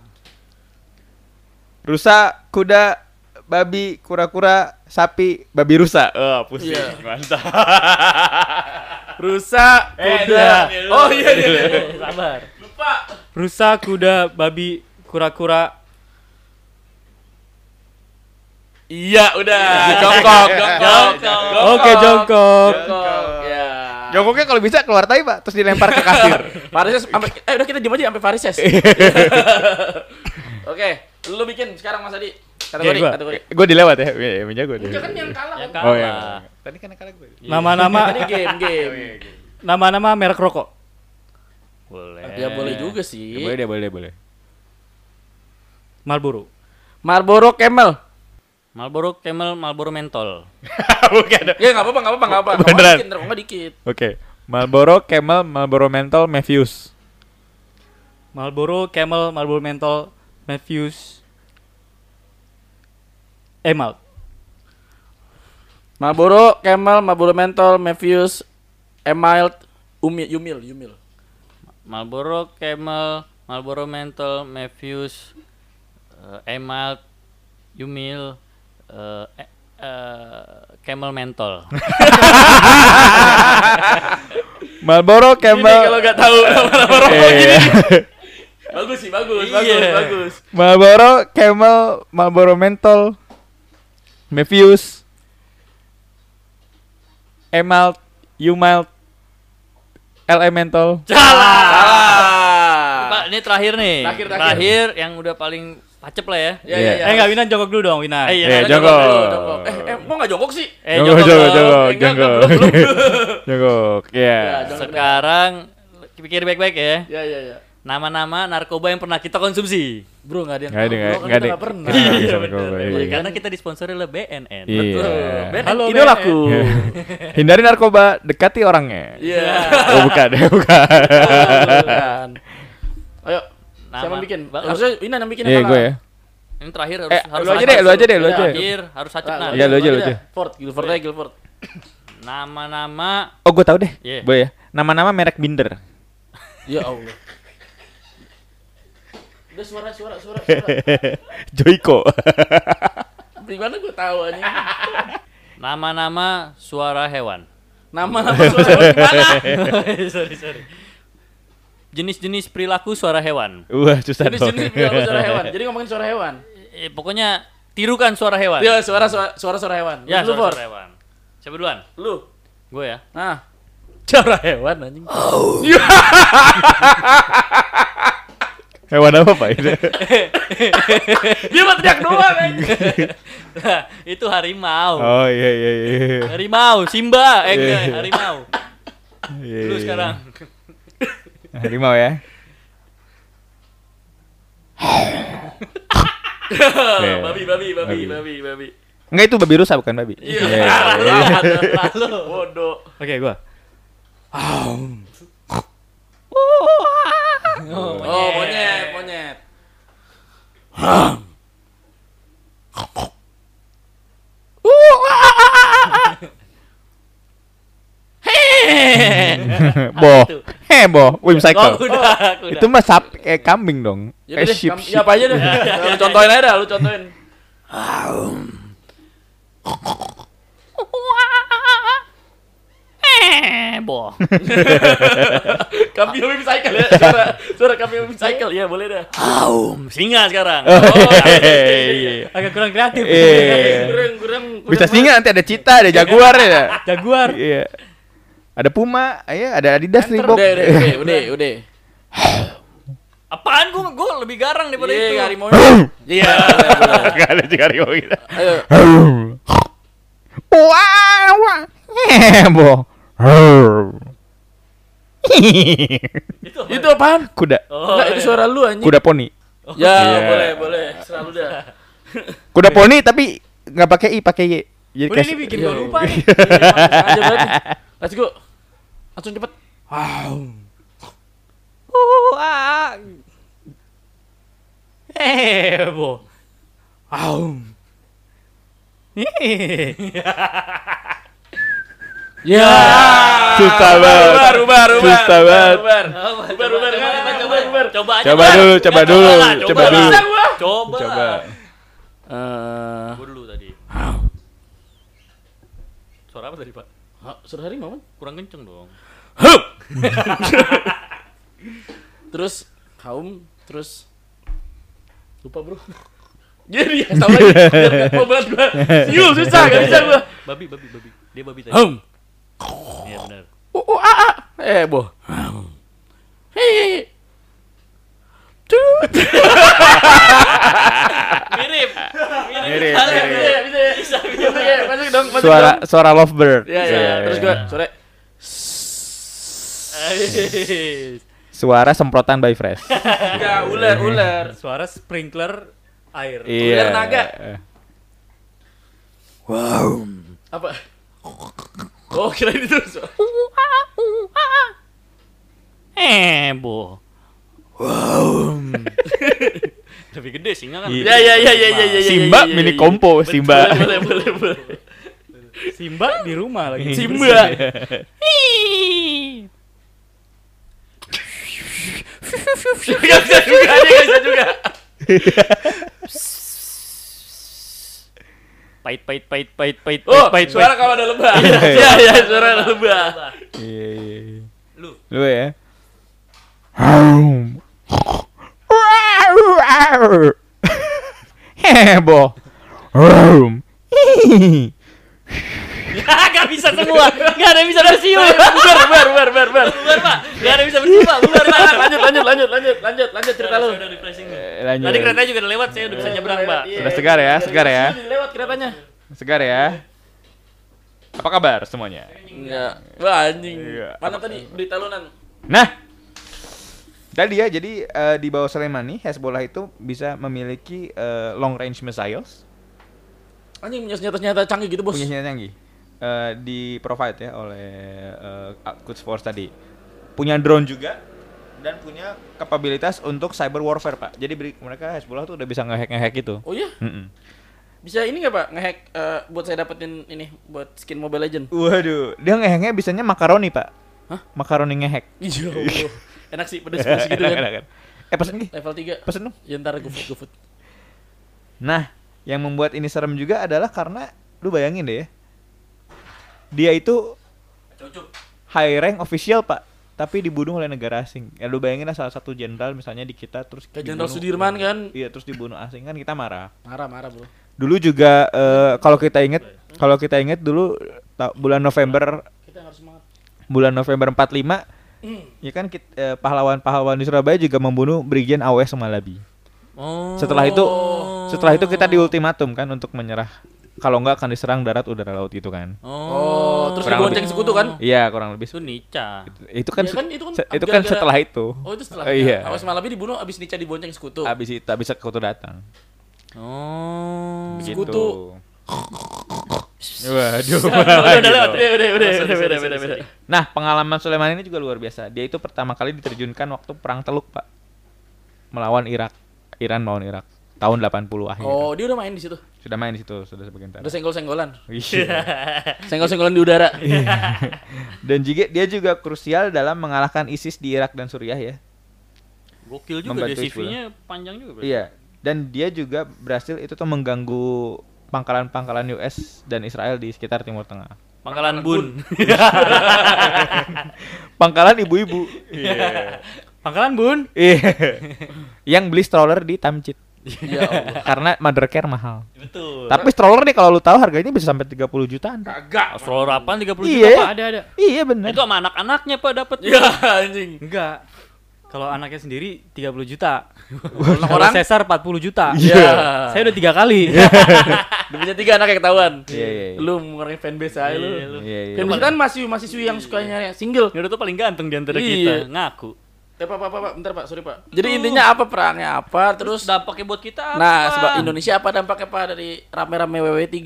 S2: Rusak kuda, babi, kura-kura, sapi, babi rusa. Eh, pusing.
S1: Iya.
S2: Mantap.
S1: Rusa,
S3: Eh.
S1: kuda. oh iya iya. iya.
S3: Sabar.
S4: Rusa kuda babi kura-kura.
S1: Iya, udah. Jongkok, jongkok, jongkok.
S3: Oh.
S4: Oke, jongkok.
S1: Jongkok. Ya.
S2: Jongkoknya kalau bisa keluar tai, Pak, terus dilempar ke kasir.
S1: Farises sampai eh
S2: Iya.
S1: udah kita diem aja sampai Farises. Oke, lu bikin sekarang Mas Adi Kategori,
S4: gua.
S1: kategori.
S2: Gue dilewat ya, Iya, iya, menjago dia.
S1: Enggak kan yang kalah.
S3: Yang
S1: kan?
S3: kalah.
S2: Oh iya. Tadi kan yang kalah gue.
S4: Nama-nama
S1: Tadi game, game.
S4: nama-nama merek rokok.
S2: Boleh.
S1: Ya boleh juga
S2: Ya,
S1: sih.
S2: boleh deh, boleh deh, boleh.
S4: Marlboro.
S1: Marlboro Camel.
S3: Marlboro Camel, Marlboro Mentol.
S2: Bukan.
S1: Ya enggak apa-apa, enggak apa-apa, enggak apa-apa.
S2: Beneran.
S1: Nggak dikit, ntar nggak dikit.
S2: Oke. Marlboro Camel, Marlboro Menthol, Matthews.
S4: Marlboro Camel, Marlboro Menthol, Matthews. Emerald.
S1: Marlboro Camel, Marlboro Menthol, Matthews, Emild, Umil, Umil, Umil.
S3: Marlboro Camel, Marlboro Mentol, Matthews, eh, Emalt, Yumil, eh, eh, eh, Camel Mentol.
S2: Marlboro Camel.
S1: nggak tahu nama-nama
S2: Iya.
S1: Bagus sih, bagus,
S4: Iya.
S1: bagus, bagus.
S2: Marlboro Camel, Marlboro Menthol, Matthews, Emalt, Umalt, LM Menthol.
S1: Ah. Salah. Ah.
S3: Pak, ini terakhir nih.
S1: Terakhir, terakhir.
S3: yang udah paling pacep lah ya.
S1: Ya, ya,
S2: Iya.
S1: ya.
S4: Eh enggak Winan jongkok dulu dong Winan.
S3: Eh, iya.
S2: Ya,
S1: Jongkok,
S2: jongkok.
S1: jongkok. Eh, eh, mau nggak jongkok sih?
S3: Eh,
S2: Jongkok, jongkok,
S1: jongkok.
S2: jongkok,
S1: Eh, enggak,
S2: jongkok.
S1: belum,
S2: Jongkok, ya.
S1: Ya, jongkok.
S3: Sekarang pikir baik-baik ya.
S1: Ya, ya, ya.
S3: Nama-nama narkoba yang pernah kita konsumsi.
S1: Bro, nggak ada yang
S2: Nggak ada,
S1: tahu, bro,
S2: nggak-
S1: kan
S2: nggak
S1: kita
S2: ada.
S1: nggak pernah.
S2: Iya, Iya, bener, narkoba, bener. iya.
S3: Karena kita disponsori oleh BNN.
S2: Iya.
S1: Betul. Ben,
S4: Halo,
S1: idolaku.
S2: Iya. Hindari narkoba, dekati orangnya.
S1: Iya.
S2: Oh bukan, bukan.
S1: Bukan. Ayo, siapa
S3: Nama-
S1: yang bikin?
S3: Ba-
S1: Harusnya ini yang bikin Nah,
S2: Iya gue ya.
S3: Ini terakhir harus
S2: Eh,
S3: harus
S2: lu aja
S3: acep.
S2: deh, lu aja deh, lu
S3: Iya,
S2: aja.
S3: Terakhir harus acep nah.
S2: Iya, lu aja, lu aja.
S1: Ford, Guilford aja, Guilford.
S3: Nama-nama
S2: Oh gue tahu deh.
S3: Iya.
S2: Boleh ya. Nama-nama merek binder.
S1: Ya Allah. Udah suara, suara, suara, suara.
S2: Joiko.
S1: Gimana gue tahu anjing?
S3: nama-nama suara hewan.
S1: Nama nama suara gue gimana?
S3: sorry, sorry. Jenis-jenis perilaku suara hewan.
S2: Wah susah
S1: Jenis
S2: dong.
S1: jenis perilaku suara hewan. Jadi ngomongin suara hewan.
S3: Eh, pokoknya tirukan suara hewan.
S1: Ya
S2: Iya,
S1: suara suara suara, suara hewan.
S3: ya,
S1: lu
S3: suara,
S1: Ford.
S3: suara hewan. Siapa duluan?
S1: Lu.
S3: Gue ya.
S1: Nah. Suara hewan anjing.
S2: Hewan apa pak ini?
S1: Dia mah teriak doang anjing.
S3: Nah, itu harimau.
S2: Oh iya iya iya.
S3: Kan, Harimau, Simba, eh enggak,
S2: Iya.
S3: harimau.
S2: Iya,
S3: Lu
S2: iya.
S3: sekarang.
S2: Harimau ya. Iya.
S1: babi, babi, babi,
S2: Babi.
S1: babi, babi.
S2: Enggak itu babi rusa bukan babi. Iya.
S1: Lalu bodoh.
S4: Oke, gua.
S1: Oh, monyet, monyet.
S2: boh.
S3: Apa tuh?
S2: Heboh. Wim
S3: Oh,
S2: cycle.
S3: udah, udah.
S2: Itu mah sapi eh kambing dong.
S1: Ya
S2: Eh
S1: deh,
S2: sheep.
S1: kamu- ya
S2: sheep.
S1: apa aja deh. Lu contohin aja dah, lu contohin.
S3: Eh, boh.
S1: Kambing Wim Cycle ya. Suara suara kambing Wim Cycle ya, boleh dah.
S3: Aum, singa sekarang.
S2: Oh. Hehehe.
S4: Agak kurang kreatif.
S2: Iya.
S1: Gureng, gureng. gureng banget.
S2: Bisa singa nanti ada cita, ada jaguar ya.
S4: Jaguar.
S2: Iya. Ada puma, iya ada Adidas
S1: Udah,
S2: Reebok.
S1: udah, udah, udah, udah.
S3: Apaan gua gua lebih garang daripada
S1: Iya,
S3: itu.
S1: harimau. nya. Iya. boleh, boleh.
S2: Enggak ada juga gitu. harimau kita.
S1: Ayo.
S2: Wah, wah. Eh, Heboh.
S3: Itu apa?
S1: Itu apaan?
S2: Kuda.
S3: Oh,
S1: Enggak, itu suara lu anjing.
S2: Kuda poni.
S1: Ya,
S2: Iya.
S1: boleh, boleh. Selalu dah.
S2: Kuda poni tapi nggak pakai i, pakai y. Jadi Iya.
S4: Udah
S2: kayak-
S4: ini bikin gua lupa nih.
S1: Aja berarti. Let's go. Langsung cepet.
S3: Iya.
S4: Eh, boh. Aum.
S1: Ya.
S2: Susah banget.
S1: Rubah, rubah, rubah.
S2: Susah banget.
S1: Rubah,
S3: Coba,
S1: rubah, rubah, rubah, rubah, rubah.
S3: coba, coba, Coba aja.
S2: Coba
S3: Bang.
S2: dulu, coba
S3: Nggak,
S2: dulu,
S3: lah,
S2: coba
S3: lah.
S2: dulu.
S1: Bisa gua.
S3: Coba.
S2: Coba.
S1: Eh,
S3: Gua dulu tadi. Suara apa tadi, Pak?
S1: ha, suara harimau kan?
S3: Kurang kenceng dong.
S1: Terus kaum, terus lupa bro. Jadi sama lagi. Biar gak mau banget gua. Yul susah gak bisa gua.
S3: Babi, babi, babi. Dia babi tadi.
S1: Hum.
S3: Iya benar.
S1: Uh, uh, ah, ah. Eh, boh. Hei. Tut.
S3: Mirip
S2: Mirip,
S3: mirip. Mirip. sekali.
S1: bisa ya,
S2: mirip.
S1: bisa ya. Oke, Masuk dong, masuk
S2: Suara
S1: dong.
S2: suara lovebird.
S1: Ya, ya,
S2: Iya.
S1: terus gua sore.
S2: Suara semprotan by fresh.
S1: Ya, ular, ular.
S4: Suara sprinkler air.
S2: Iya.
S1: naga. Apa? Oh, kira ini terus.
S3: Eh, boh. Wow. Lebih gede singa kan.
S2: Iya.
S1: Ya, ya, ya, ya, ya, ya, ya.
S2: Simba
S1: ya, ya,
S2: mini
S1: ya.
S2: kompo, Simba.
S1: Boleh, boleh, boleh.
S4: Simba di rumah lagi.
S1: Simba. Gak bisa juga, dia gak bisa juga.
S3: Pahit, pahit, pahit, pahit, pahit,
S1: Oh,
S3: pahit, pahit.
S1: suara kalau ada lebah. Ya, ya, suara ada lebah.
S2: Iya, iya, iya.
S3: Lu.
S2: Lu ya. Heboh.
S1: Ya,
S3: Ah, gak bisa semua. Gak ada yang bisa bersiul.
S1: Ber, ber, ber, ber, ber.
S3: Bubar, Pak. Gak ada yang bisa bersiul, Pak. Bubar, Pak.
S1: Lanjut, lanjut, lanjut, lanjut, lanjut, lanjut cerita lu.
S3: Udah refreshing.
S2: Eh,
S3: Tadi
S2: Lanjut.
S3: kereta juga udah lewat, saya udah bisa nyebrang, Pak.
S1: Iya,
S2: Sudah segar ya, segar ya.
S1: Sudah Lewat keretanya.
S2: Segar ya. Apa kabar semuanya?
S1: Enggak. Wah, anjing.
S2: Iya.
S1: Mana tadi berita lu, Nan?
S2: Nah, tadi ya, jadi eh, di bawah Soleimani, Hezbollah itu bisa memiliki eh, long range missiles,
S1: Anjing punya senjata-senjata canggih gitu, Bos.
S2: punya senjata canggih, eh, di provide ya oleh eh, Quds Force tadi. Punya drone juga dan punya kapabilitas untuk cyber warfare pak. Jadi beri- mereka Hezbollah tuh udah bisa ngehack ngehack itu.
S1: Oh iya,
S2: Mm-mm.
S1: bisa ini nggak Pak ngehack eh, buat saya dapetin ini buat skin Mobile Legend?
S2: Waduh, dia ngehacknya bisanya makaroni pak.
S1: Hah?
S2: Makaroni ngehack.
S1: Iya. Allah. Enak sih pedes-pedes gitu
S2: ya Enak,
S1: kan.
S2: enak, enak. Eh pesen nih,
S1: Level 3.
S2: pesen dong.
S1: Ya ntar gue food, gue food.
S2: Nah, yang membuat ini serem juga adalah karena lu bayangin deh ya. Dia itu high rank official, Pak. Tapi dibunuh oleh negara asing. Ya lu bayangin lah salah satu jenderal misalnya di kita terus
S1: Kayak Jenderal
S2: dibunuh-
S1: Sudirman kan.
S2: Iya, terus dibunuh asing kan kita marah.
S1: Marah, marah, Bro.
S2: Dulu juga eh, kalau kita inget kalau kita inget dulu ta- bulan November
S1: Kita harus semangat.
S2: bulan November 45
S1: Hmm.
S2: ya kan kit- eh, pahlawan-pahlawan di Surabaya juga membunuh Brigjen Awes Semalabi.
S3: Oh.
S2: Setelah itu setelah itu kita diultimatum kan untuk menyerah. Kalau enggak akan diserang darat, udara, laut gitu kan.
S1: Oh, terus
S2: Kurang
S1: dibonceng sekutu kan?
S2: Iya, kurang lebih.
S3: Itu Nica.
S2: Itu kan
S1: Iya
S2: se-
S1: kan, itu kan
S2: se- itu kan
S1: gara-gara-
S2: setelah itu.
S1: Oh, itu setelah.
S2: Oh, iya.
S1: Awas malam ini dibunuh abis Nica dibonceng sekutu.
S2: Habis itu habis sekutu datang.
S3: Oh.
S2: Begitu.
S1: Sekutu.
S2: Waduh.
S1: udah,
S2: malah
S1: udah
S2: gitu.
S1: lewat. Udah, udah, udah,
S3: Oh, Sorry,
S1: udah,
S3: sorry,
S1: udah,
S3: sorry,
S1: udah, udah.
S2: Nah, pengalaman Sulaiman ini juga luar biasa. Dia itu pertama kali diterjunkan waktu perang Teluk, Pak. Melawan Irak. Iran melawan Irak tahun 80 akhir.
S1: Oh, dia udah main di situ.
S2: Sudah main di situ, sudah sebagian
S1: Udah
S2: tentara.
S1: senggol-senggolan.
S2: Iya.
S1: Senggol-senggolan di udara.
S2: Dan juga dia juga krusial dalam mengalahkan ISIS di Irak dan Suriah ya.
S3: Gokil juga dia
S2: Membantu
S3: CV-nya panjang juga berarti.
S2: Iya. Dan dia juga berhasil itu tuh mengganggu pangkalan-pangkalan US dan Israel di sekitar Timur Tengah.
S3: Pangkalan Bun.
S2: Pangkalan ibu-ibu.
S4: Pangkalan Bun.
S2: Iya. Yang beli stroller di Tamcit.
S1: Ya Allah.
S2: Karena mother care mahal.
S3: Betul.
S2: Tapi stroller nih kalau lu tahu harganya bisa sampai 30 jutaan. Pak.
S1: Kagak.
S3: Stroller apaan 30 juta,
S4: Eh?
S2: Iya.
S3: Pak? Ada, ada.
S2: Iya
S3: Itu
S2: bener.
S3: sama anak-anaknya, Pak, dapat.
S1: Ya anjing.
S4: Enggak. Kalau anaknya sendiri 30 juta. Kalau
S1: Orang?
S4: Cesar 40 juta. Ya.
S1: Iya.
S4: Saya udah tiga kali.
S1: Udah punya tiga anak yang ketahuan.
S2: Iya, iya, iya.
S1: Lu ngurangin fanbase aja lu.
S3: Iya, lu.
S2: Iya, iya.
S1: Fanbase kan masih masih sui yang suka nyari single.
S3: Nyuruh tuh paling ganteng di antara
S1: Iya.
S3: kita, ngaku.
S1: Eh, Pak, Pak, Pak, Pak, bentar Pak, sorry Pak. Jadi intinya apa perangnya apa, terus
S3: dampaknya buat kita apa?
S1: nah sebab Indonesia apa dampaknya Pak dari rame-rame E WW3?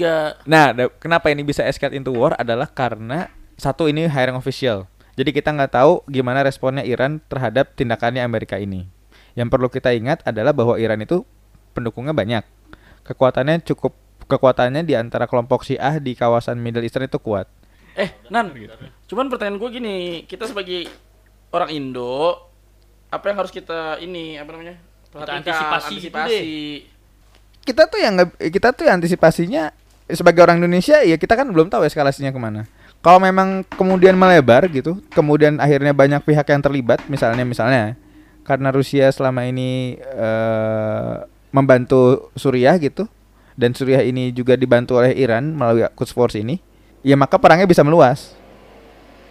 S2: Nah, da- kenapa ini bisa escalate into war adalah karena satu ini hiring official. Jadi kita nggak tahu gimana responnya Iran terhadap tindakannya Amerika ini. Yang perlu kita ingat adalah bahwa Iran itu pendukungnya banyak. Kekuatannya cukup kekuatannya di antara kelompok Syiah di kawasan Middle Eastern itu kuat.
S1: Eh, Nan. Cuman pertanyaan gue gini, kita sebagai orang Indo apa yang harus kita ini apa namanya? Perhatikan,
S3: antisipasi gitu
S2: Kita tuh yang nggak- kita tuh yang antisipasinya eh, sebagai orang Indonesia ya kita kan belum tahu eskalasinya kemana. Kalau memang kemudian melebar gitu, kemudian akhirnya banyak pihak yang terlibat, misalnya misalnya karena Rusia selama ini eh, membantu Suriah gitu, dan Suriah ini juga dibantu oleh Iran melalui Quds Force ini, ya maka perangnya bisa meluas.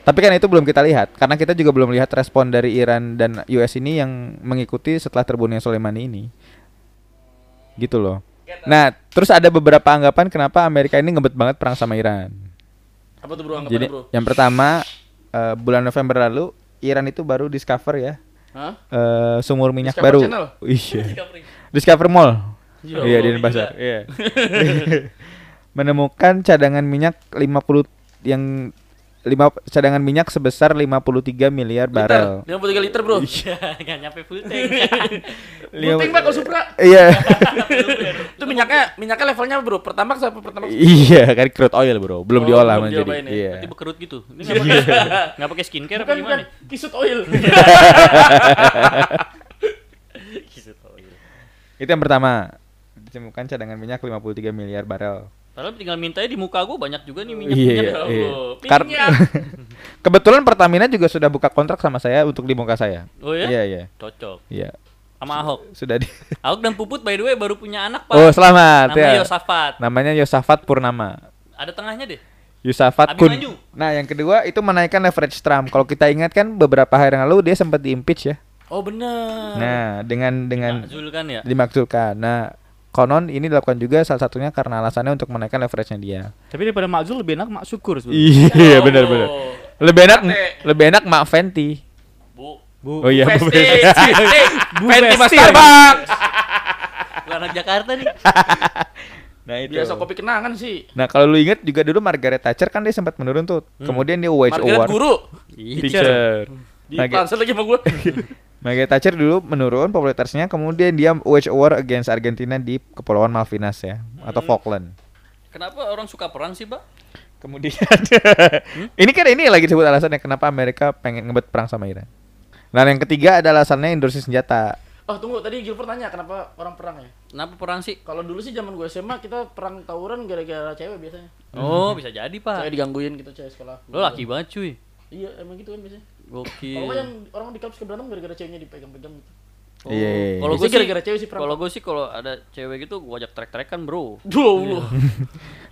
S2: Tapi kan itu belum kita lihat, karena kita juga belum lihat respon dari Iran dan US ini yang mengikuti setelah terbunuhnya Soleimani ini, gitu loh. Nah, terus ada beberapa anggapan kenapa Amerika ini ngebet banget perang sama Iran.
S1: Apa tuh bro anggapannya
S2: Jadi
S1: bro?
S2: yang pertama eh, bulan November lalu Iran itu baru discover ya
S1: Hah?
S2: eh, sumur minyak
S1: Discover
S2: baru.
S1: Channel? oh,
S2: Iya. Discover Mall.
S1: Gila,
S2: iya
S1: bro,
S2: di Denpasar. Iya. Menemukan cadangan minyak 50 yang lima cadangan minyak sebesar 53 miliar barel.
S1: Liter, 53 liter bro.
S2: Iya,
S3: Gak nyampe full
S1: Iya.
S3: tank.
S1: Puting pak kalau Supra.
S2: Iya.
S1: Itu minyaknya minyaknya levelnya bro. Pertama sampai pertama.
S2: iya, kan crude oil, Bro.
S1: Oh,
S2: Belum diolah
S1: belum
S2: menjadi.
S1: diolah ini.
S2: Iya.
S3: Berarti berkerut gitu. Ini nggak pakai- nggak pakai skincare apa
S1: Bukan bukan
S3: gimana?
S1: Kan, kisut oil.
S2: Itu yang pertama. Ditemukan cadangan minyak 53 miliar barel.
S3: Padahal tinggal mintanya di muka gue banyak juga nih Ya
S2: Iya,
S3: minyak. minyak.
S2: iya,
S1: Allah,
S2: iya.
S1: minyak.
S2: Kebetulan Pertamina juga sudah buka kontrak sama saya untuk di muka saya.
S3: Oh ya?
S2: Iya, iya.
S3: Cocok.
S2: Iya.
S3: Sama Ahok.
S2: Sudah di
S3: Ahok dan Puput by the way baru punya anak pak.
S2: Oh, selamat
S3: Namanya
S2: ya.
S3: Yosafat.
S2: Namanya Yosafat Purnama.
S3: Ada tengahnya deh.
S2: Yusafat
S3: Abi
S2: Kun.
S3: maju.
S2: Nah, yang kedua itu menaikkan leverage Trump. Kalau kita ingat kan beberapa hari yang lalu dia sempat diimpeach ya.
S1: Oh
S3: Ah.
S1: bener.
S2: Nah, dengan dengan
S3: Zul kan ya.
S2: dimaksudkan. Nah, konon ini dilakukan juga salah satunya karena alasannya untuk menaikkan leverage-nya dia.
S4: Tapi daripada makzul lebih enak mak syukur sebenarnya.
S2: Iya,
S1: Oh.
S2: benar benar. Lebih enak lebih enak Mak Fenty.
S3: Bu.
S4: Bu.
S2: Oh iya, Bu
S1: Festi.
S2: Fenty.
S1: Eh, Festi mas Starbucks.
S3: Lu anak Jakarta nih.
S2: Nah, itu.
S1: Biasa kopi kenangan kan, sih.
S2: Nah, kalau lu ingat juga dulu Margaret Thatcher kan dia sempat menurun tuh. Kemudian dia wage
S1: Margaret
S2: award.
S1: guru.
S2: Teacher.
S1: Di
S2: Margaret-
S1: Translate lagi sama gue.
S2: Margaret Thatcher dulu menurun popularitasnya, kemudian dia wage war against Argentina di Kepulauan Malvinas ya, atau Falkland.
S3: Kenapa orang suka perang sih pak?
S2: Kemudian, ini kan ini lagi disebut alasannya kenapa Amerika pengen ngebet perang sama Iran. Nah yang ketiga ada alasannya industri senjata.
S1: Oh tunggu tadi Gilbert tanya kenapa orang perang ya?
S3: Kenapa perang sih?
S1: Kalau dulu sih zaman gue SMA kita perang tawuran gara-gara cewek biasanya.
S3: Oh bisa jadi pak.
S1: Cewek digangguin gitu cewek sekolah.
S3: Lo laki banget cuy.
S1: Iya emang gitu kan biasanya. Kalau
S2: Iya.
S1: nggak yang
S3: Gokil.
S1: orang di kampus keberantem gara-gara ceweknya dipegang-pegang gitu.
S3: Oh,
S2: Iya, iya, iya.
S3: Kalau gue
S1: Biasanya
S3: sih,
S1: gara-gara cewek sih perang.
S3: kalau gue sih kalau ada cewek gitu gue ajak trek-trekan bro.
S1: Duh, Allah.
S2: Iya.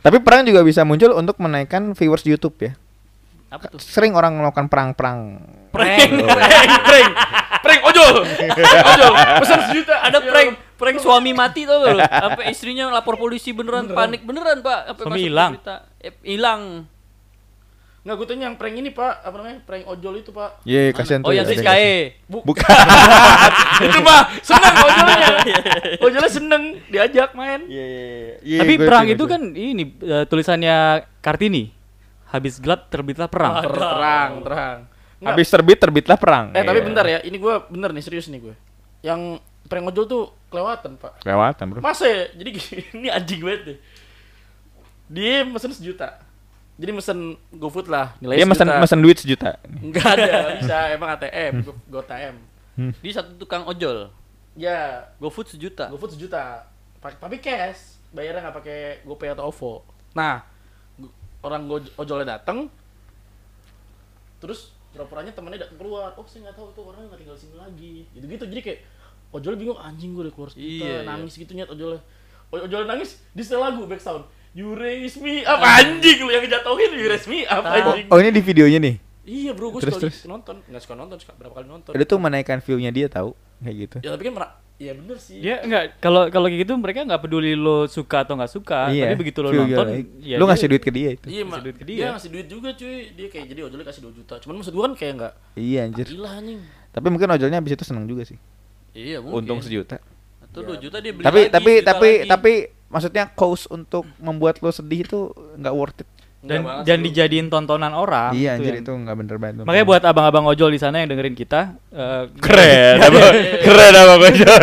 S2: Tapi perang juga bisa muncul untuk menaikkan viewers YouTube ya.
S3: Apa tuh?
S2: Sering orang melakukan perang-perang.
S3: Prank.
S1: prank, prank, prank, ojol, ojol, pesan sejuta,
S3: ada prank prank suami mati tau gak lo apa istrinya lapor polisi beneran, panik beneran pak apa Eh,
S4: Suami hilang.
S3: hilang
S1: Nggak, gue tanya yang prank ini pak, apa namanya, prank ojol itu pak.
S2: Iya, kasihan
S3: oh
S2: tuh.
S3: yang
S2: ya, ada
S3: si
S2: yang
S3: kae
S2: Bukan.
S1: itu pak, seneng ojolnya, ojolnya seneng diajak main.
S2: Iya, iya, iya.
S4: Tapi
S2: Iya, gua
S4: perang
S2: juga
S4: itu
S2: suka.
S4: kan ini eh, tulisannya Kartini. Habis gelap terbitlah perang.
S1: Terang, terang. Nggak,
S2: habis terbit terbitlah perang.
S1: Eh tapi
S2: Iya.
S1: bentar ya, ini gue bener nih serius nih gue. Yang prank ojol tuh kelewatan pak.
S2: Kelewatan, Bro.
S1: Masa ya? Jadi gini, ini anjing banget deh. Dia mesen sejuta. Jadi mesen GoFood lah, nilainya
S2: Dia mesen Hmm.
S1: sejuta.
S2: mesen duit sejuta.
S1: Enggak ada, nggak bisa. Emang ATM, Go- GoTM.
S3: di satu tukang ojol
S1: Ya,
S3: GoFood sejuta
S1: GoFood sejuta. Pak- Tapi cash, bayarnya nggak pakai GoPay atau OVO. Nah, gu- orang go- ojolnya datang, terus pura-puranya temennya datang keluar. Oh, saya nggak tahu tuh orangnya nggak tinggal di sini lagi. Gitu-gitu. Jadi kayak ojol bingung anjing gue udah keluar sejuta,
S3: Iya, iya.
S1: nangis gitu nyet ojolnya. O- ojolnya nangis, di setel lagu back sound. You raise me up anjing lu yang ngejatuhin you raise me up anjing.
S2: Oh, ini di videonya nih.
S1: Iya bro, gue
S2: Terus,
S1: suka
S2: terus.
S1: nonton, nggak suka nonton, suka berapa kali nonton.
S2: Itu tuh menaikkan view-nya dia tahu kayak gitu.
S1: Ya tapi kan merah, ya bener sih.
S4: Dia enggak kalau kalau kayak gitu mereka nggak peduli lo suka atau nggak suka. Tapi begitu
S2: Iya.
S4: lo
S2: view
S4: nonton,
S2: juga naik.
S4: ya
S2: lu
S4: dia-
S2: ngasih duit ke dia itu.
S1: Iya, mak.
S4: duit ke dia.
S1: Dia ngasih duit juga cuy. Dia kayak jadi ojolnya kasih 2 juta. Cuman maksud gua kan kayak enggak
S2: Iya anjir.
S1: gila anjing.
S2: Tapi mungkin ojolnya habis itu seneng juga sih.
S3: iya mungkin
S2: Untung sejuta.
S1: Iya.
S3: atau dua juta dia beli
S2: Tapi
S3: lagi,
S2: tapi
S3: sejuta
S2: tapi
S3: lagi.
S2: tapi maksudnya cost untuk membuat lo sedih itu nggak worth it.
S4: dan
S1: Enggak banget
S4: dan
S1: sih, lu.
S4: dijadiin tontonan orang.
S2: iya
S4: Ah, itu
S2: anjir
S4: yang-
S2: itu nggak bener banget.
S4: Makanya buat abang-abang ojol di sana yang dengerin kita, eh,
S2: keren apa keren apa ojol.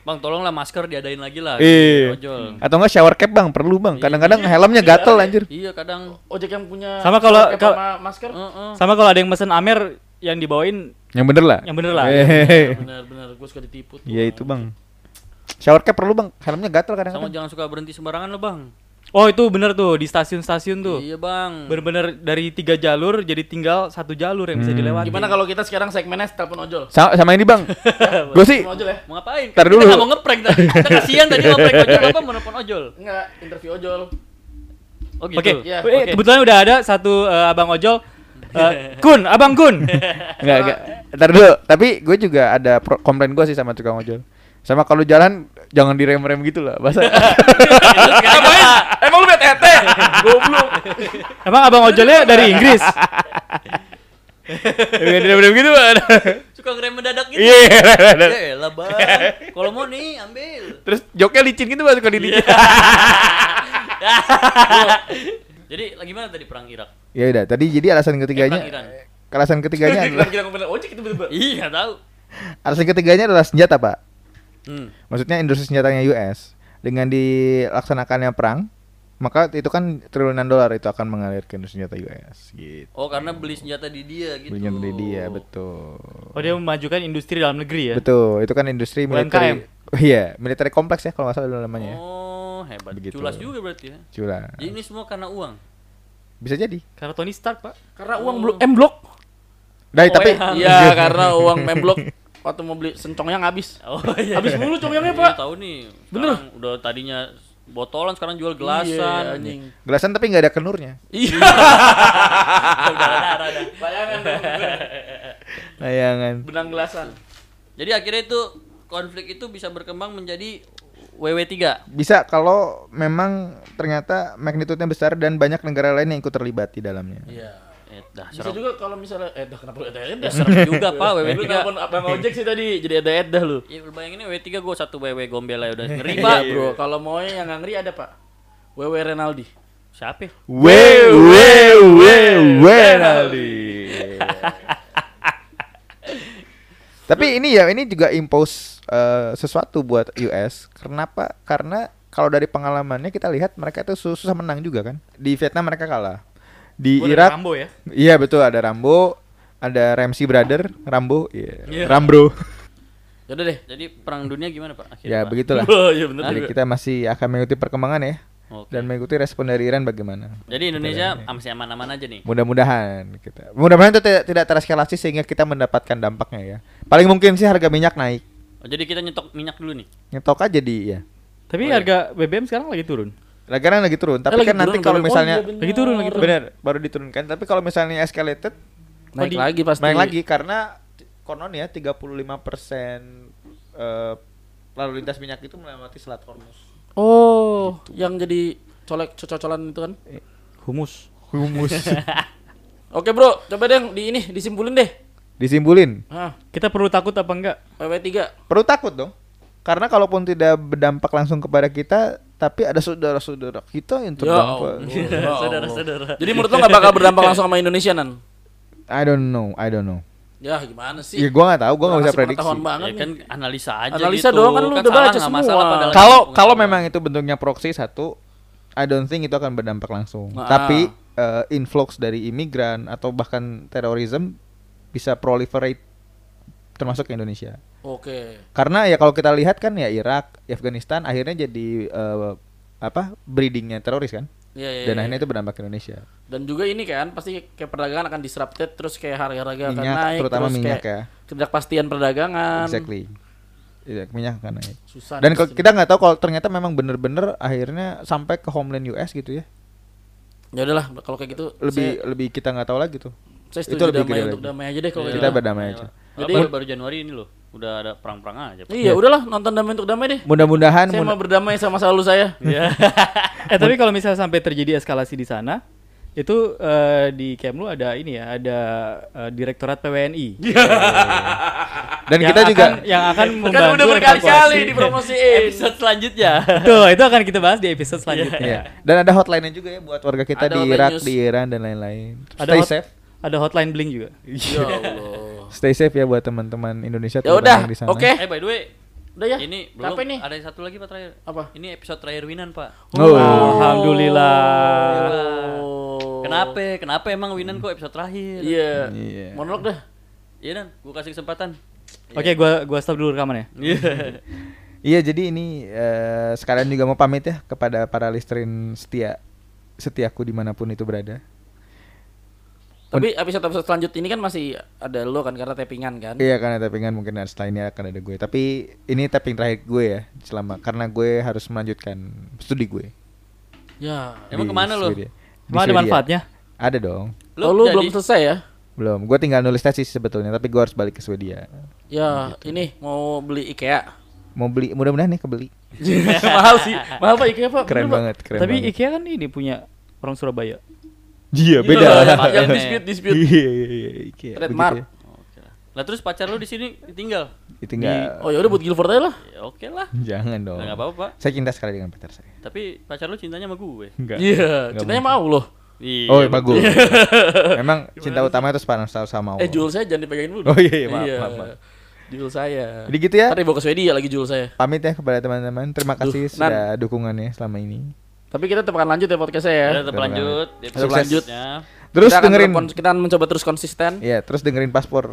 S3: bang tolonglah masker diadain lagi lah
S2: Iya.
S3: ojol
S2: Atau enggak shower cap Bang, perlu Bang. Kadang-kadang helmnya gatel anjir.
S3: iya kadang
S1: ojek yang punya
S4: Sama kalau-
S1: pakai
S4: kalau-
S1: sama masker.
S3: Heeh.
S4: sama kalau ada yang mesen Amer yang dibawain
S2: Yang bener lah.
S4: Yang bener lah.
S2: Hehehe.
S1: Bener bener gua suka ditipu tuh.
S2: Iya itu Bang. Shower cap perlu Bang, helmnya gatel
S3: sama
S2: kadang-kadang.
S3: jangan suka berhenti sembarangan lo bang
S4: Oh itu bener tuh di stasiun-stasiun tuh.
S3: iya bang
S4: Bener-bener dari tiga jalur jadi tinggal satu jalur yang
S2: Hmm.
S4: bisa dilewati.
S1: Gimana kalau kita sekarang segmennya telepon ojol?
S2: Sama, sama ini Bang. Gue sih
S1: Telepon ojol ya?
S3: mau ngapain
S2: Ntar dulu.
S3: kita nggak mau ngeprank tadi kita kasihan tadi mau prank ojol apa mau nelfon ojol
S1: Enggak, interview ojol.
S3: oh gitu
S4: Oke,
S1: Iya,
S4: Eh,
S1: oke.
S4: kebetulan udah ada satu eh, abang ojol. Eh, kun, abang Kun.
S2: Enggak, enggak. Ntar dulu. Tapi gue juga ada pro- komplain gue sih sama tukang ojol. Sama kalau jalan jangan direm-rem gitu lah bahasa.
S5: Emang lu BTT? Goblok.
S4: Emang abang ojolnya dari Inggris?
S2: Jangan direm-rem gitu Bang.
S3: Suka ngerem mendadak gitu.
S2: Iya. iya, iya, iya.
S3: Ya elah, Bang. Kalau mau nih ambil.
S2: Terus joknya licin gitu Bang suka dilicin.
S3: Jadi lagi mana tadi perang Irak?
S2: Ya udah, tadi jadi alasan ketiganya.
S3: perang Iran.
S2: alasan ketiganya adalah
S1: Kita ngomongin ojek itu bener
S3: Iya, tahu.
S2: alasan ketiganya adalah senjata, Pak.
S3: Hmm.
S2: Maksudnya industri senjatanya US dengan dilaksanakannya perang, maka itu kan triliunan dolar itu akan mengalir ke industri senjata US gitu.
S3: Oh, karena beli senjata di dia gitu.
S2: Belinya dari dia, betul.
S4: Oh dia memajukan industri dalam negeri ya?
S2: Betul, itu kan industri militer. Iya, militer kompleks ya kalau nggak salah dulu namanya. ya.
S3: Oh, hebat.
S2: Begitu.
S3: Culas juga berarti ya.
S2: Cula.
S3: Jadi ini semua karena uang.
S2: Bisa jadi.
S4: Karena Tony Stark pak
S1: Karena uang belum M block.
S2: Dai,
S3: Oh,
S2: tapi
S3: ya.
S1: Iya, karena uang M block waktu mau beli sencongnya habis.
S3: Oh iya.
S1: Habis mulu congnya,
S3: Iya,
S1: Pak.
S3: tahu nih.
S1: Bener.
S3: Bener. Iya, Udah tadinya botolan sekarang jual gelasan.
S1: anjing.
S2: gelasan tapi nggak ada kenurnya.
S3: Iya. Udah ada, ada, ada.
S1: Bayangan dong,
S2: Layangan.
S1: benang gelasan.
S3: Jadi akhirnya itu konflik itu bisa berkembang menjadi WW3.
S2: Bisa kalau memang ternyata magnitudenya besar dan banyak negara lain yang ikut terlibat di dalamnya.
S1: Iya.
S3: Eh, dah
S1: Bisa
S3: serem. Iya,
S1: juga Iya. kalau misalnya eh dah kenapa lu edah edah.
S3: serem juga, Pak, WW3.
S1: Lu nelpon Abang Ojek sih tadi jadi edah edah lu.
S3: Ya, lu bayangin WW3 gue satu WW gombel aja udah ngeri
S1: Ngeri
S2: Iya,
S3: pak
S1: Pak, Bro. Kalau mau yang nggak ngeri ada, Pak. WW Renaldi.
S3: Siapa? ya?
S2: We we we we Naldi. Tapi ini ya ini juga impose eh, sesuatu buat US. Kenapa? Karena kalau dari pengalamannya kita lihat mereka itu sus- susah menang juga kan. Di Vietnam mereka kalah. Di Irak
S4: Rambo ya?
S2: iya betul ada Rambo, ada Ramsey Brother, Rambo, iya. Rambro.
S3: Yaudah Ya deh. Jadi perang dunia gimana pak? Akhirnya,
S2: ya
S3: Pak?
S2: begitulah.
S1: Oh, iya bener
S2: Jadi
S1: juga.
S2: kita masih akan mengikuti perkembangan ya
S3: Oke.
S2: dan mengikuti respon dari Iran bagaimana.
S3: Jadi Indonesia ah, masih aman-aman aja nih.
S2: Mudah-mudahan kita. Mudah-mudahan itu tidak, tidak tereskalasi sehingga kita mendapatkan dampaknya ya. Paling mungkin sih harga minyak naik.
S3: Oh, jadi kita nyetok minyak dulu nih.
S2: Nyetok aja di ya.
S4: Tapi harga BBM sekarang lagi turun
S2: Sekarang lagi turun,
S1: Eh,
S2: tapi
S1: lagi
S2: kan nanti
S1: turun,
S2: kalau
S1: turun. Oh,
S2: misalnya
S1: iya, bener.
S4: Lagi turun, lagi turun.
S2: bener baru diturunkan, tapi kalau misalnya escalated
S1: Naik lagi pasti.
S2: naik lagi karena t- konon ya 35% eh, lalu lintas minyak itu melewati Selat Hormuz.
S1: Oh, yang jadi colek cocolan itu kan.
S4: Humus
S2: Humus.
S1: Oke, Bro. Coba deh di ini disimpulin deh.
S2: Disimpulin,
S1: Hah,
S4: Kita perlu takut apa enggak?
S1: WW3.
S2: perlu takut dong. Karena kalaupun tidak berdampak langsung kepada kita, tapi ada saudara-saudara kita
S1: Ya
S2: yang terdampak.
S1: Saudara-saudara. Jadi menurut lo nggak bakal berdampak langsung sama Indonesia nan?
S2: I don't know, I don't know.
S1: Ya gimana sih?
S2: Ya gua nggak tahu, gua nggak bisa
S1: Kasih
S2: prediksi.
S1: pengetahuan banget
S3: Ya kan analisa aja
S1: Analisa
S3: gitu.
S1: doang kan lu udah
S3: salah
S1: baca
S3: nggak
S1: semua.
S3: masalah padahal
S2: Kalau
S3: kita
S2: kalau
S3: pengen-
S2: memang itu bentuknya proxy satu, I don't think itu akan berdampak langsung.
S1: Nah.
S2: Tapi eh, influx dari imigran atau bahkan terorisme bisa proliferate termasuk ke Indonesia.
S1: nih. Oke.
S2: Karena ya kalau kita lihat kan ya Irak, Afghanistan akhirnya jadi eh, apa breedingnya teroris kan?
S1: Iya, iya,
S2: Dan
S1: iya.
S2: akhirnya itu berdampak ke Indonesia.
S1: Dan juga ini kan pasti kayak perdagangan akan disrupted terus kayak harga-harga akan
S2: Minyak,
S1: naik
S2: terutama
S1: terus
S2: minyak
S1: kayak
S2: ya.
S1: ketidakpastian perdagangan.
S2: Exactly. Iya, minyak akan naik.
S1: Susah.
S2: Dan
S1: nih
S2: kalau
S1: pasti.
S2: kita nggak tahu kalau ternyata memang bener-bener akhirnya sampai ke homeland US gitu ya.
S1: ya udahlah kalau kayak gitu
S2: Lebih lebih kita nggak tahu lagi tuh.
S1: saya, saya
S2: itu
S1: setuju
S2: lebih
S1: damai untuk
S2: gede lagi. Iya.
S1: damai aja deh kalau kayak
S2: Kita
S1: gitu.
S2: berdamai aja.
S1: Jadi-
S3: baru, baru Januari ini loh udah ada perang-perang aja. Pak.
S1: Iya, udahlah nonton damai untuk damai deh.
S2: Mudah-mudahan
S1: Saya
S2: mudah-
S1: mau berdamai sama selalu saya.
S4: eh tapi kalau misalnya sampai terjadi eskalasi di sana itu eh, di Kemlu ada ini ya ada eh, Direktorat PWNI
S2: dan
S4: yang
S2: kita
S4: akan-
S2: juga
S4: yang akan membantu
S1: Iya. Kan udah berkali-kali
S4: evakuasi.
S1: dipromosiin. Ya
S3: Episode selanjutnya.
S4: Tuh, itu akan kita bahas di episode selanjutnya.
S2: Iya. dan ada hotline-nya juga ya buat warga kita
S1: Ada
S2: di
S1: hotline
S2: Irak,
S1: news.
S2: di Iran dan lain-lain.
S4: Ada
S2: Stay
S4: hot-
S2: safe.
S4: Ada hotline bling juga.
S1: ya Allah.
S2: Stay safe ya buat teman-teman Indonesia
S1: Ya
S2: terutama
S1: udah,
S2: yang di sana.
S1: oke.
S3: Eh by the way,
S1: Udah ya.
S3: ini belum
S1: Apa ini?
S3: ada satu lagi Pak terakhir.
S1: Apa?
S3: Ini episode terakhir Winan, Pak.
S2: Oh.
S4: Alhamdulillah.
S1: Oh.
S3: Kenapa? Kenapa emang Winan kok episode terakhir?
S1: Iya.
S2: Iya.
S1: Monolog dah.
S3: Iya Dan, gue kasih kesempatan.
S4: Oke, gua gua stop dulu rekamannya.
S3: Iya.
S2: Iya, jadi ini eh, sekalian juga mau pamit ya kepada para listrin setia setiaku dimanapun itu berada.
S1: Tapi episode-episode selanjut ini kan masih ada lo kan karena tappingan kan.
S2: Iya karena tappingan mungkin ada- setelah ini akan ada gue Tapi ini tapping terakhir gue ya Selama karena gue harus melanjutkan studi gue
S1: Ya.
S2: di
S3: Emang kemana lo?
S2: Swedia. Di
S4: Emang ada
S2: Swedia.
S4: manfaatnya?
S2: Ada dong
S1: Lo,
S3: Lu jadi-
S1: belum selesai ya?
S2: Belum, gue tinggal nulis tesis sebetulnya Tapi gue harus balik ke Swedia
S1: Ya, ini mau Oh, gitu. beli IKEA.
S2: Mau beli, mudah-mudahan nih kebeli.
S1: mahal sih mahal pak IKEA pak Bener,
S2: Keren
S1: Pak.
S2: banget, keren
S4: Tapi
S2: banget.
S4: IKEA kan ini punya orang Surabaya.
S2: Iya,
S1: Itu
S2: beda.
S1: loh, yang- yang
S3: Patennya.
S1: dispute dispute
S2: Iya, iya, iya, IKEA.
S1: ya, Trademark.
S2: begitu
S3: Oke lah. Lah terus pacar lu di sini ditinggal?
S2: ya. Itu enggak.
S1: oh ya udah buat Guilford aja lah
S3: Ya, oke lah.
S2: Jangan dong.
S3: Enggak apa-apa, Pak.
S2: Saya cinta sekali dengan pacar saya.
S3: Tapi pacar lu cintanya sama gue.
S2: Enggak.
S1: iya
S2: Nggak
S1: cintanya mau loh
S3: Iya.
S2: Oh, bagus. Memang cinta utama itu sepanjang sama sama
S1: eh jual saya jangan dipegangin dulu
S2: Oh, iya, iya, maaf, maaf, maaf.
S1: jual saya
S2: Jadi gitu ya.
S1: Ntar dibawa ke Swedia lagi jual saya
S2: Pamit ya kepada teman-teman. Terima kasih
S1: Nan.
S2: sudah dukungannya selama ini.
S1: tapi kita tetap akan lanjut ya podcast saya ya
S3: Ya, tetap lanjut. di episode
S2: Sukses.
S3: selanjutnya.
S2: Terus
S1: Kita akan
S2: dengerin.
S1: terkon- kita akan mencoba terus konsisten
S2: Iya, terus dengerin paspor.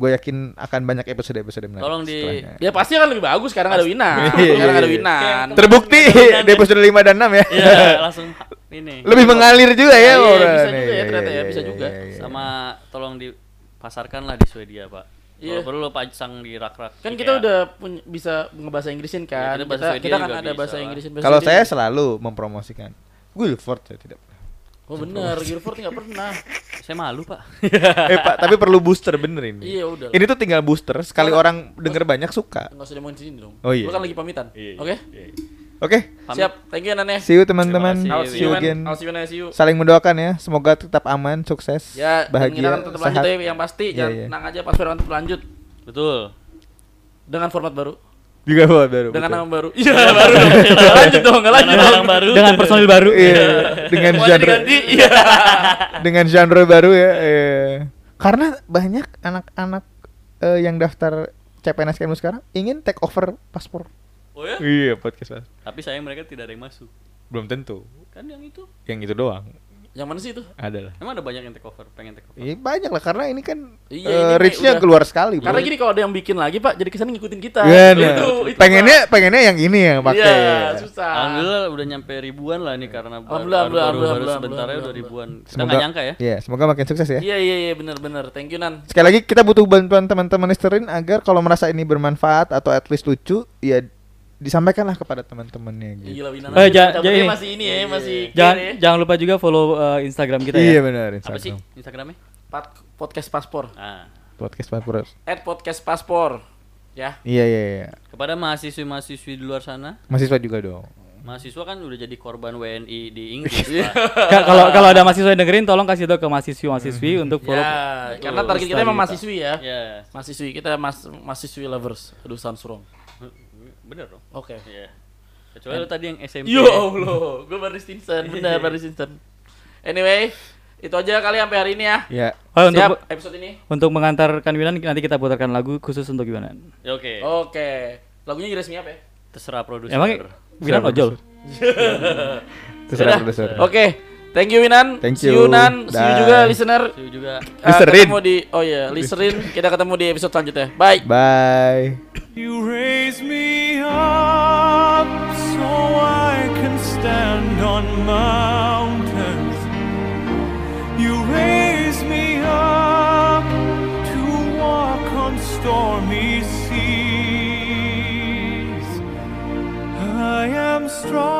S2: Gue yakin akan banyak episode-episode menarik.
S3: Tolong di-
S2: setelahnya.
S1: ya pasti akan lebih bagus sekarang ada Winan
S2: Iya, iya,
S1: sekarang ada
S2: iya.
S1: Winan
S2: Terbukti di episode 5 dan 6 ya.
S3: Iya, langsung ini.
S2: Lebih mengalir juga
S1: Iya, iya,
S2: ya. obrolan.
S1: bisa juga ya,
S2: Iya,
S1: ternyata ya,
S2: iya,
S1: bisa
S2: iya,
S1: juga.
S2: iya, iya.
S3: sama tolong dipasarkan lah di Swedia, Pak. Kalau
S1: Iya.
S3: perlu pasang di rak-rak.
S1: kan
S3: IKEA.
S1: kita udah punya- bisa ngebahasa Inggrisin kan
S3: Ya, kita
S1: kita,
S3: bahasa
S1: kita,
S3: Swedia
S1: kan
S3: juga
S1: ada
S3: bisa
S1: bahasa
S3: lah.
S1: Inggrisin bahasa
S2: Kalau
S1: Inggris.
S2: saya selalu mempromosikan Wilford saya tidak. pernah.
S1: oh bener Guilford nggak pernah
S3: saya malu, Pak.
S2: eh Pak, tapi perlu booster bener ini.
S1: Iya, udah.
S2: Ini tuh tinggal booster, sekali orang denger banyak suka.
S1: nggak usah dimongin sini dong
S2: Oh, iya.
S1: Gua kan lagi pamitan oke
S2: Oke,
S3: Pamit.
S1: siap thank you Nane
S2: see you teman-teman.
S3: Terima
S1: I'll
S3: kasih.
S1: see you,
S2: See you
S1: man.
S2: again.
S1: I'll see you, man. I see you.
S2: Saling mendoakan ya, semoga tetap aman, sukses,
S1: Ya, dan kita
S2: bahagia,
S1: akan tetap lanjut
S2: sehat.
S1: ya, yang pasti.
S2: Iya,
S1: jangan
S2: iya.
S1: tenang aja, password akan tetap lanjut.
S3: Betul.
S1: Dengan format baru.
S2: Juga buat baru.
S1: Dengan
S2: betul.
S1: nama baru. Iya, baru. Nggak lanjut dong, nggak lanjut.
S3: Dengan orang baru.
S4: Dengan personil baru.
S2: Iya, dengan
S1: Semuanya
S2: genre
S1: diganti, iya.
S2: dengan genre baru ya. iya. Karena banyak anak-anak eh, yang daftar CPNS kamu sekarang ingin take over paspor.
S3: Oh ya?
S2: Iya, podcast.
S3: Tapi sayang mereka tidak ada yang masuk.
S2: Belum tentu.
S3: Kan yang itu.
S2: Yang itu doang
S1: Yang mana sih itu?
S2: adalah.
S3: Emang ada banyak yang take over, pengen take over.
S2: Iya banyak lah karena ini kan
S1: Iya,
S2: eh,
S1: ini kayak
S2: reach-nya
S1: udah-
S2: keluar sekali.
S1: Karena
S2: Bro.
S1: gini kalau ada yang bikin lagi, Pak, jadi kesan ngikutin kita.
S2: Iya,
S1: Itu-
S2: nah.
S1: itu, Pak.
S2: pengennya pengennya yang ini yang pakai.
S1: Iya, susah.
S3: Alhamdulillah udah nyampe ribuan lah nih karena baru
S1: Alhamdulillah,
S3: baru, baru,
S1: alhamdulillah,
S3: baru
S1: alhamdulillah,
S3: sebentar ya udah
S1: alhamdulillah.
S3: ribuan. Kita
S2: Semoga
S3: nggak nyangka ya.
S2: Iya, semoga makin sukses ya.
S1: Iya, iya, iya, benar-benar. Thank you, Nan.
S2: Sekali lagi kita butuh bantuan teman-teman Listerin agar kalau merasa ini bermanfaat atau at least lucu, ya disampaikanlah kepada teman-temannya gitu.
S1: Gila, Winan.
S4: Eh, jangan-
S1: Cabutnya
S4: jangan ini.
S1: masih ini ya, masih
S4: Jangan
S1: clear ya.
S4: jangan lupa juga follow eh, Instagram kita
S2: Iya
S4: ya.
S2: benar.
S3: Apa sih
S2: Instagram.
S3: Instagramnya?
S1: Pat- podcast paspor.
S3: Ah.
S2: Podcast Papurus.
S1: At podcast paspor. Ya.
S2: Iya iya iya.
S3: Kepada mahasiswi-mahasiswi di luar sana,
S2: Mahasiswa juga dong.
S3: mahasiswa kan udah jadi korban WNI di Inggris,
S1: Iya.
S3: Pak.
S4: Ka- Kalau kalau ada mahasiswa yang dengerin tolong kasih tahu ke mahasiswi-mahasiswi untuk follow.
S1: Ya, karena target kita emang mahasiswi ya.
S3: Ya,
S1: Mahasiswi kita mas mahasiswi lovers. Aduh, sounds wrong.
S3: bener dong.
S1: Oke.
S3: Iya. Kecuali lu tadi yang SMP.
S1: Kan. Yo Allah, gue baru Stinson, bener baru Stinson. Anyway, itu aja kali sampai hari ini ya.
S2: Iya.
S4: Oh, untuk
S1: Siap episode ini.
S4: untuk mengantarkan Winan nanti kita putarkan lagu khusus untuk Winan.
S3: Ya, Oke.
S1: Oh. Oke, lagunya resmi apa ya?
S3: Terserah produser.
S4: Emang Winan ojol.
S2: Terserah
S1: Udah.
S2: produser.
S1: Oke, thank you Winan.
S2: Thank
S1: See you
S2: you.
S1: Nan, see you
S2: Bye.
S1: juga listener.
S3: Itu juga
S1: Eh,
S2: Listerin.
S1: ketemu di oh iya, listerin. Kita ketemu di episode selanjutnya. Bye.
S2: Bye.
S6: You raise me up so I can stand on mountains. You raise me up to walk on stormy seas. I am strong.